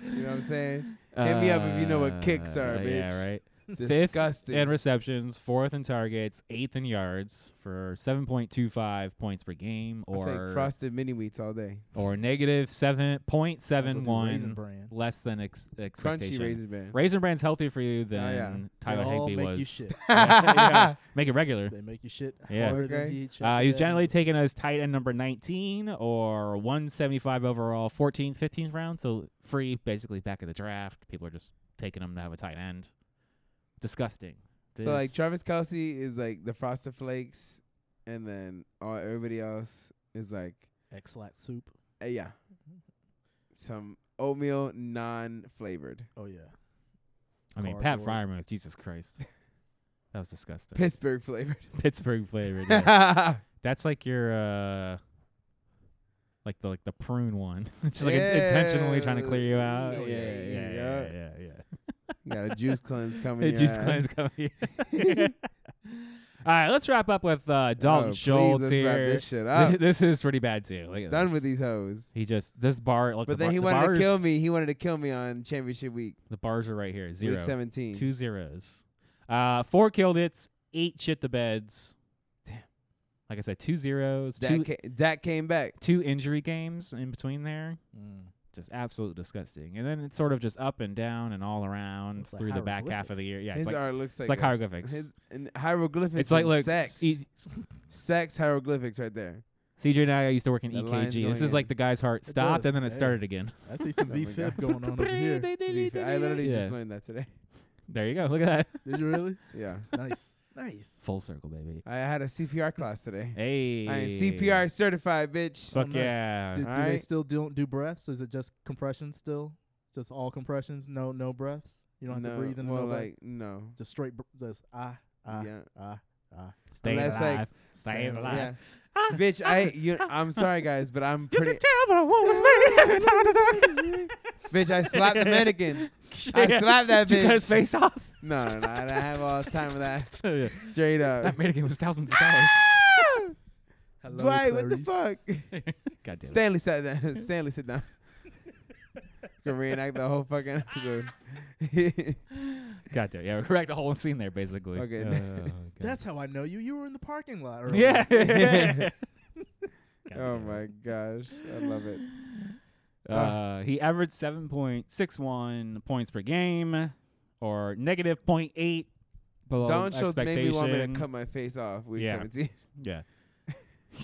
S2: bitch. You know what I'm saying? Hit me up if you know what kicks are,
S1: Uh, Yeah,
S2: bitch.
S1: right.
S2: Disgusting.
S1: And receptions, fourth in targets, eighth in yards for 7.25 points per game,
S2: I'll
S1: or
S2: take frosted mini wheats all day.
S1: or negative seven point
S3: That's
S1: seven
S3: what the Raisin
S1: one
S3: brand.
S1: less than ex-
S2: Crunchy
S1: expectation.
S2: raisin band.
S1: Raisin Bran's healthier for you than
S2: yeah.
S1: Tyler
S3: Oh, they all
S1: Higby
S3: make
S1: was.
S3: you shit.
S1: Yeah, yeah. Make it regular.
S3: They make you shit.
S1: Yeah.
S3: Harder than
S2: Okay.
S3: he shit
S1: Uh,
S3: the
S1: he's
S3: bed.
S1: generally taken as tight end number 19 or 175 overall, 14th, 15th round. So free, basically back of the draft. People are just taking him to have a tight end. Disgusting.
S2: So like
S1: Dis-
S2: Travis Kelsey is like the Frosted Flakes, and then all everybody else is like,
S3: X-Lax soup.
S2: eh, yeah, some oatmeal non-flavored.
S3: Oh yeah.
S1: I mean, Pat
S3: cardboard.
S1: Fryermuth, Jesus Christ. That was disgusting.
S2: Pittsburgh flavored.
S1: Pittsburgh flavored. yeah.
S2: yeah,
S1: That's like your uh like the like the prune one. it's like in- intentionally trying to clear you out. yeah,
S2: Yeah,
S1: yeah, yeah,
S2: yeah.
S1: yeah. yeah, yeah.
S2: got a juice cleanse coming.
S1: It
S2: your
S1: just cleans
S2: ass.
S1: coming. All right, let's wrap up with uh, Dalton
S2: Oh, please,
S1: Schultz
S2: let's
S1: here.
S2: wrap this shit up.
S1: This is pretty bad too. Look at
S2: Done
S1: this.
S2: with these hoes.
S1: He just this bar. Look,
S2: But
S1: the
S2: then
S1: bar,
S2: he
S1: the
S2: wanted to kill
S1: bars-
S2: me. He wanted to kill me on championship week,
S1: The bars are right here.
S2: week
S1: Zero,
S2: seventeen.
S1: two zeros. Uh, four killed hits, eight shit the beds.
S2: Damn.
S1: Like I said, two zeros,
S2: Dak,
S1: two,
S2: ca- Dak came back.
S1: two injury games in between there.
S3: Mm.
S1: just absolutely disgusting. And then it's sort of just up and down and all around
S3: It's like
S1: through the back half of the
S3: hieroglyphics.
S1: year. Yeah, it's
S2: His
S1: like
S2: art looks like
S1: like
S2: a s-
S1: hieroglyphics.
S2: His and hieroglyphics.
S1: it's like
S2: and
S1: look,
S2: sex,
S1: E-
S2: sex hieroglyphics right there.
S1: CJ and I used to work in E
S2: The line's
S1: EKG. This
S2: going
S1: is like
S2: in.
S1: the guy's heart stopped
S3: does.
S1: and then it
S3: Hey.
S1: started again.
S3: I see some
S2: Oh my
S3: V fib
S2: God.
S3: going on over here.
S2: I literally
S1: Yeah.
S2: just learned that today.
S1: There you go. Look at that.
S3: Did you really?
S2: Yeah.
S3: nice. Nice.
S1: Full circle, baby.
S2: I had a CPR class today.
S1: Hey.
S2: I am CPR certified, bitch.
S1: Fuck
S3: Oh, nice.
S1: yeah.
S3: Do, do they
S2: Alright.
S3: still do do breaths? Is it just compressions still? Just all compressions? No no breaths. You don't have
S2: No,
S3: to breathe in
S2: well,
S3: no breath?
S2: like no.
S3: just straight br- just ah ah
S2: yeah.
S3: ah ah.
S1: Stay
S2: Unless, like-
S1: alive. Stay
S3: Yeah.
S1: alive.
S2: Yeah.
S1: Ah.
S2: bitch, I you I'm sorry guys, but I'm
S1: You can
S2: pretty
S1: tell but a woman's made every time to talk.
S2: bitch, I slapped the mannequin. I
S1: Yeah.
S2: slapped that
S1: Did you cut his
S2: bitch.
S1: face off?
S2: No, no, no. I didn't have all the time with that.
S1: Yeah.
S2: Straight up.
S1: That mannequin was thousands of dollars.
S3: Hello,
S2: Dwight, what the fuck?
S1: God damn it.
S2: Stanley sat down. Stanley sit down. Can reenact the whole fucking episode.
S1: God damn it. Yeah, we wrecked the whole scene there, basically.
S2: Okay.
S1: Oh, God.
S3: That's how I know you. You were in the parking lot.
S1: Yeah.
S3: Earlier.
S1: God
S2: oh
S1: damn
S2: my
S1: it.
S2: gosh. I love it.
S1: Uh, he averaged 7.61 points per game or negative 0.8 below
S2: Don Schultz made
S1: expectation.
S2: me want me to cut my face off week
S1: Yeah.
S2: 17.
S1: yeah.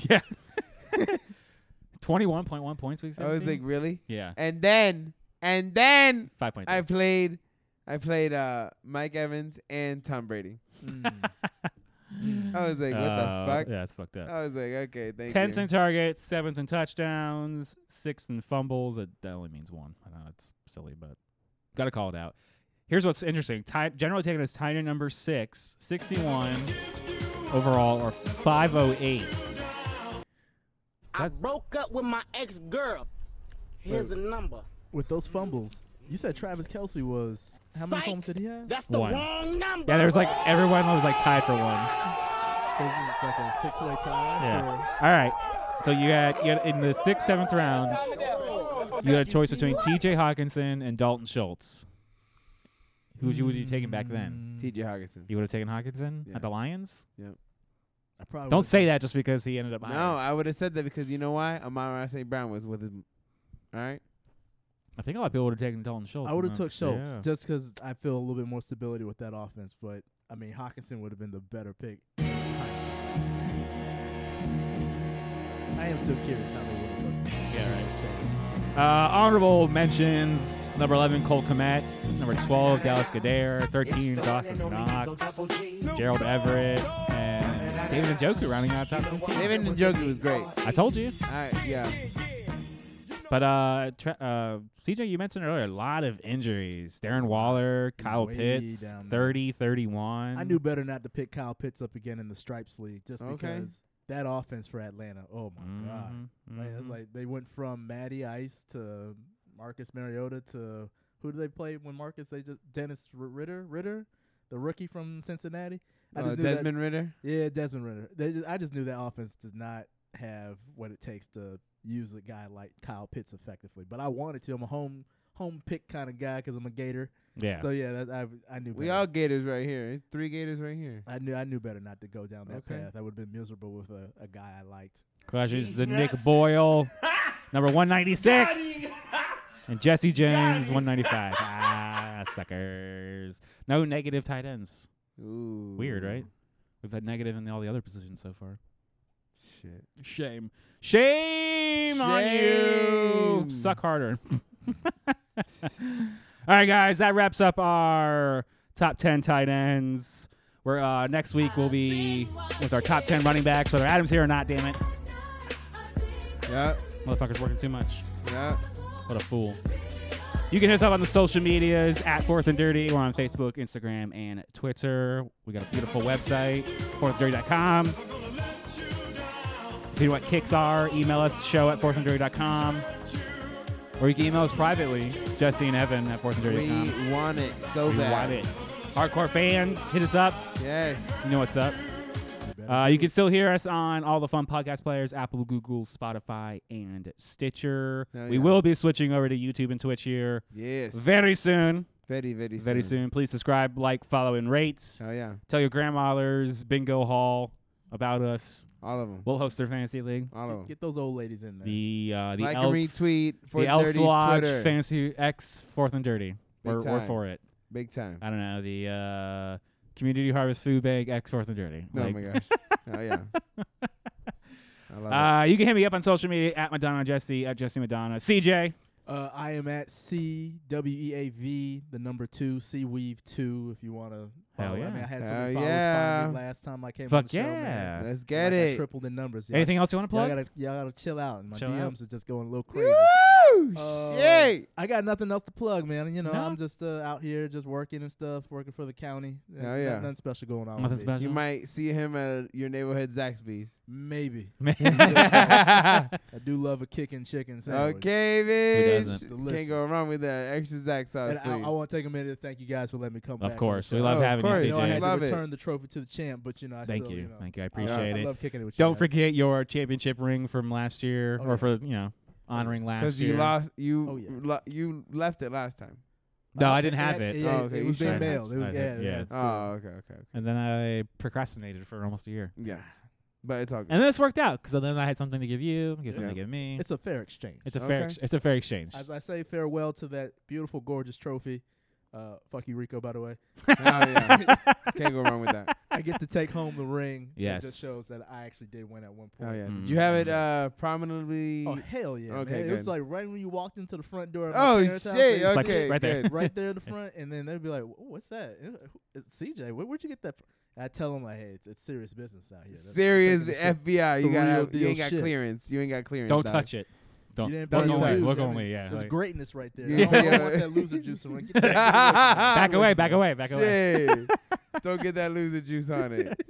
S1: Yeah. Twenty-one point one points. Week
S2: I was
S1: 17?
S2: like, really?
S1: yeah,
S2: And then, and then
S1: five point.
S2: I played, I played uh, Mike Evans and Tom Brady.
S3: Hmm.
S2: I was like, what
S1: Uh,
S2: the fuck?
S1: Yeah, it's fucked up.
S2: I was like, okay, thank
S1: Tenth
S2: you.
S1: in targets, seventh in touchdowns, sixth in fumbles. It, that only means one. I know it's silly, but got to call it out. Here's what's interesting: Ty, generally taken as tight end number six, 61 overall, or 508.
S7: I broke up with my ex girl. Here's a number.
S3: With those fumbles, you said Travis Kelsey was how many
S7: Psych.
S3: fumbles did he have?
S7: That's the
S1: One.
S7: wrong number.
S1: Yeah, there was like everyone was like tied for one.
S3: So this is like a six-way tie.
S1: Yeah. All right. So you had, you had in the sixth, seventh round, you had a choice between T.J. Hawkinson and Dalton Schultz. Who would you would you taking back then?
S2: T.J. Hawkinson.
S1: You would have taken Hawkinson
S2: Yeah.
S1: at the Lions.
S3: I probably
S1: Don't
S3: would've-
S1: say that just because he ended up.
S2: No,
S1: higher.
S2: I would have said that because you know why? Amara St. Brown was with him. All right.
S1: I think a lot of people would have taken Dalton Schultz.
S3: I would have
S1: and
S3: took
S1: that's-
S3: Schultz
S1: yeah.
S3: just 'cause I feel a little bit more stability with that offense. But I mean, Hawkinson would have been the better pick. in hindsight. I am so curious how they would have looked.
S1: Yeah, right.
S3: right.
S1: Uh, honorable mentions: number eleven, Cole Komet; number twelve, Dallas Goddard; thirteen, Dawson Knox; Gerald Everett, and David Njoku rounding out top fifteen.
S2: David Njoku was great. All
S1: I told you.
S2: right, yeah.
S1: But uh, tra- uh, CJ, you mentioned earlier a lot of injuries. Darren Waller, Kyle
S3: Way
S1: Pitts,
S3: down there.
S1: 30, 31.
S3: I knew better not to pick Kyle Pitts up again in the stripes league just
S2: Okay. Mm-hmm,
S3: because that offense for Atlanta. Oh my god.
S1: Mhm,
S3: Man, it's
S1: mhm.
S3: like they went from Matty Ice to Marcus Mariota to who do they play when Marcus? They just Dennis R- Ritter, Ritter, the rookie from Cincinnati. I
S2: Oh,
S3: just knew that-
S2: Desmond Ritter.
S3: yeah, Desmond Ritter. They just, I just knew that offense does not have what it takes to use a guy like Kyle Pitts effectively. But I wanted to. I'm a home home pick kind of guy because I'm a Gator.
S1: yeah.
S3: So yeah, that, I I knew.
S2: We
S3: better.
S2: all Gators right here. It's three Gators right here.
S3: I knew I knew better not to go down that
S2: Okay.
S3: path. I would have been miserable with a, a guy I liked.
S1: Crushes the Nick Boyle, number 196. And Jesse James, 195. ah, suckers. No negative tight ends.
S2: Ooh.
S1: Weird, right? We've had negative in all the other positions so far.
S2: Shit.
S1: Shame. Shame, on you.
S2: Shame.
S1: Suck harder. All right, guys, that wraps up our top 10 tight ends. We're, uh, next week, we'll be with our top 10 running backs, whether Adam's here or not, damn it.
S2: Yep.
S1: Motherfucker's working too much.
S2: Yep.
S1: What a fool. You can hit us up on the social medias at Fourth and Dirty. We're on Facebook, Instagram, and Twitter. We got a beautiful website, fourthanddirty.com. If you know what kicks are, email us show at fourthanddirty.com. Or you can email us privately, Jesse and Evan at fourthanddirty.com.
S2: We want it so
S1: We
S2: bad.
S1: want it. Hardcore fans, hit us up.
S2: Yes.
S1: You know what's up.
S3: better
S1: Uh, you can still hear us on all the fun podcast players Apple, Google, Spotify, and Stitcher.
S2: Oh,
S1: We
S2: yeah.
S1: will be switching over to YouTube and Twitch here
S2: Yes.
S1: very soon.
S2: very, very soon.
S1: Very soon. Please subscribe, like, follow, and rate.
S2: Oh, yeah.
S1: Tell your grandmothers, Bingo Hall, about us.
S2: All of them.
S1: We'll host their fantasy league.
S2: All of
S3: Get,
S2: them.
S3: get those old ladies in there.
S1: The uh, the
S2: like
S1: Elks,
S2: and retweet.
S1: the
S2: 430's
S1: Elks Lodge
S2: Twitter.
S1: Fantasy X Fourth and Dirty. We're, we're
S2: time.
S1: for it.
S2: Big time.
S1: I don't know the uh, Community Harvest Food Bank X Fourth and Dirty.
S2: Oh
S1: Like,
S2: my gosh. oh yeah. I love it.
S1: Uh, you can hit me up on social media at Madonna Jesse at Jesse Madonna. CJ,
S3: Uh, I am at C W E A V, the number two, C Weave two. If you want to
S1: Hell
S3: follow,
S1: yeah.
S3: I mean, I had
S2: Hell
S3: some followers
S2: yeah.
S3: finally last time I came. on
S1: fuck
S3: the show, man.
S1: yeah.
S2: Let's get
S3: like I
S2: it.
S3: tripled in numbers. Y'all,
S1: Anything else you want to
S3: y'all
S1: plug?
S3: gotta y'all gotta chill out. My
S1: Chill out.
S3: DMs are just going a little crazy.
S2: Woo!
S3: Uh,
S2: Shit.
S3: I got nothing else to plug, man. You know,
S1: No?
S3: I'm just uh, out here just working and stuff, working for the county. Uh,
S2: Hell yeah.
S3: nothing special going on.
S1: Nothing
S3: with me.
S1: special.
S2: You might see him at your neighborhood Zaxby's.
S3: Maybe
S1: Hell
S3: I do love a kicking chicken sandwich.
S2: Okay,
S1: doesn't?
S2: bitch.
S3: Delicious.
S2: Can't go wrong with that extra Zax sauce,
S3: And
S2: please.
S3: I, I want to take a minute to thank you guys for letting me come back. on
S1: of
S3: the
S1: course, we
S3: show.
S1: love
S2: Oh, of
S1: having
S2: course.
S1: you,
S3: You know, I
S1: CJ.
S3: had to
S2: Love it.
S3: return the trophy to the champ, but you know, I
S1: Thank
S3: still,
S1: you,
S3: you know,
S1: thank you. I
S3: I-
S1: appreciate
S3: I
S1: it.
S3: love kicking it with you.
S1: Don't
S3: guys.
S1: forget your championship ring from last year,
S3: Oh,
S1: or
S3: yeah.
S1: for you know, honoring last
S2: Because
S1: year.
S2: you lost, you
S3: Oh, yeah.
S2: lo- you left it last time.
S1: No,
S3: Uh,
S1: I didn't have
S3: had-
S1: it.
S3: Yeah,
S2: Oh, okay,
S3: It
S2: you
S3: was
S2: should
S3: being
S2: have.
S3: mailed. It was
S1: I
S3: yeah.
S1: did, yeah.
S3: that's it.
S2: Oh, okay, okay, okay.
S1: And then I procrastinated for almost a year.
S2: Yeah, but it's all good.
S1: And this worked out because then I had something to give you, give something to
S2: Yeah.
S1: give me. It's,
S3: It's a fair exchange.
S1: a fair,
S2: okay.
S1: ex- it's a fair exchange.
S3: As I say farewell to that beautiful, gorgeous trophy, Uh, fuck you, Rico. By the way,
S2: oh, yeah. Can't go wrong with that.
S3: I get to take home the ring. it
S1: Yes.
S3: just shows that I actually did win at one
S2: Oh
S3: point.
S2: yeah.
S1: Mm.
S2: Did you have it uh, prominently?
S3: Oh hell yeah!
S2: Okay,
S3: man. it was
S2: good.
S3: like right when you walked into the front door. Of my
S2: Oh
S3: parents'
S2: shit!
S3: house, they
S1: It's like
S2: Okay,
S1: right there.
S2: good.
S3: right there in the front, and then they'd be like, "Wh- "What's that? Eh, who- It's CJ, where, would you get that?" From? And I tell them like, "Hey, it's, it's serious business out here. That's-
S2: Serious
S3: taking the shit.
S2: FBI.
S3: It's
S2: You
S3: the
S2: got
S3: real
S2: have, you
S3: deal
S2: ain't got
S3: shit.
S2: clearance. You ain't got clearance.
S1: Don't
S2: dog.
S1: touch it. Don't
S3: You didn't
S1: look
S2: pay
S1: only.
S2: dues,
S1: Look
S3: I mean,
S1: only. Yeah.
S3: That's
S1: like-
S3: greatness right there.
S2: Yeah.
S3: I don't, I don't want
S2: Yeah.
S3: that loser juice around. Get that back
S1: Back away. Back away. Back away.
S2: Shit. Don't get that loser juice on it.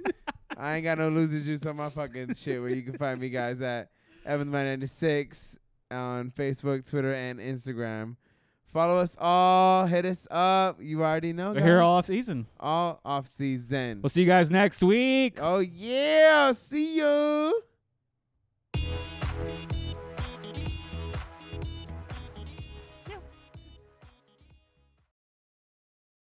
S2: I ain't got no loser juice on my fucking shit where you can find me guys at Evan96 on Facebook, Twitter, and Instagram. Follow us all. Hit us up. You already know.
S1: We're here
S2: guys.
S1: all off season.
S2: all off season.
S1: We'll see you guys next week.
S2: Oh yeah. See you.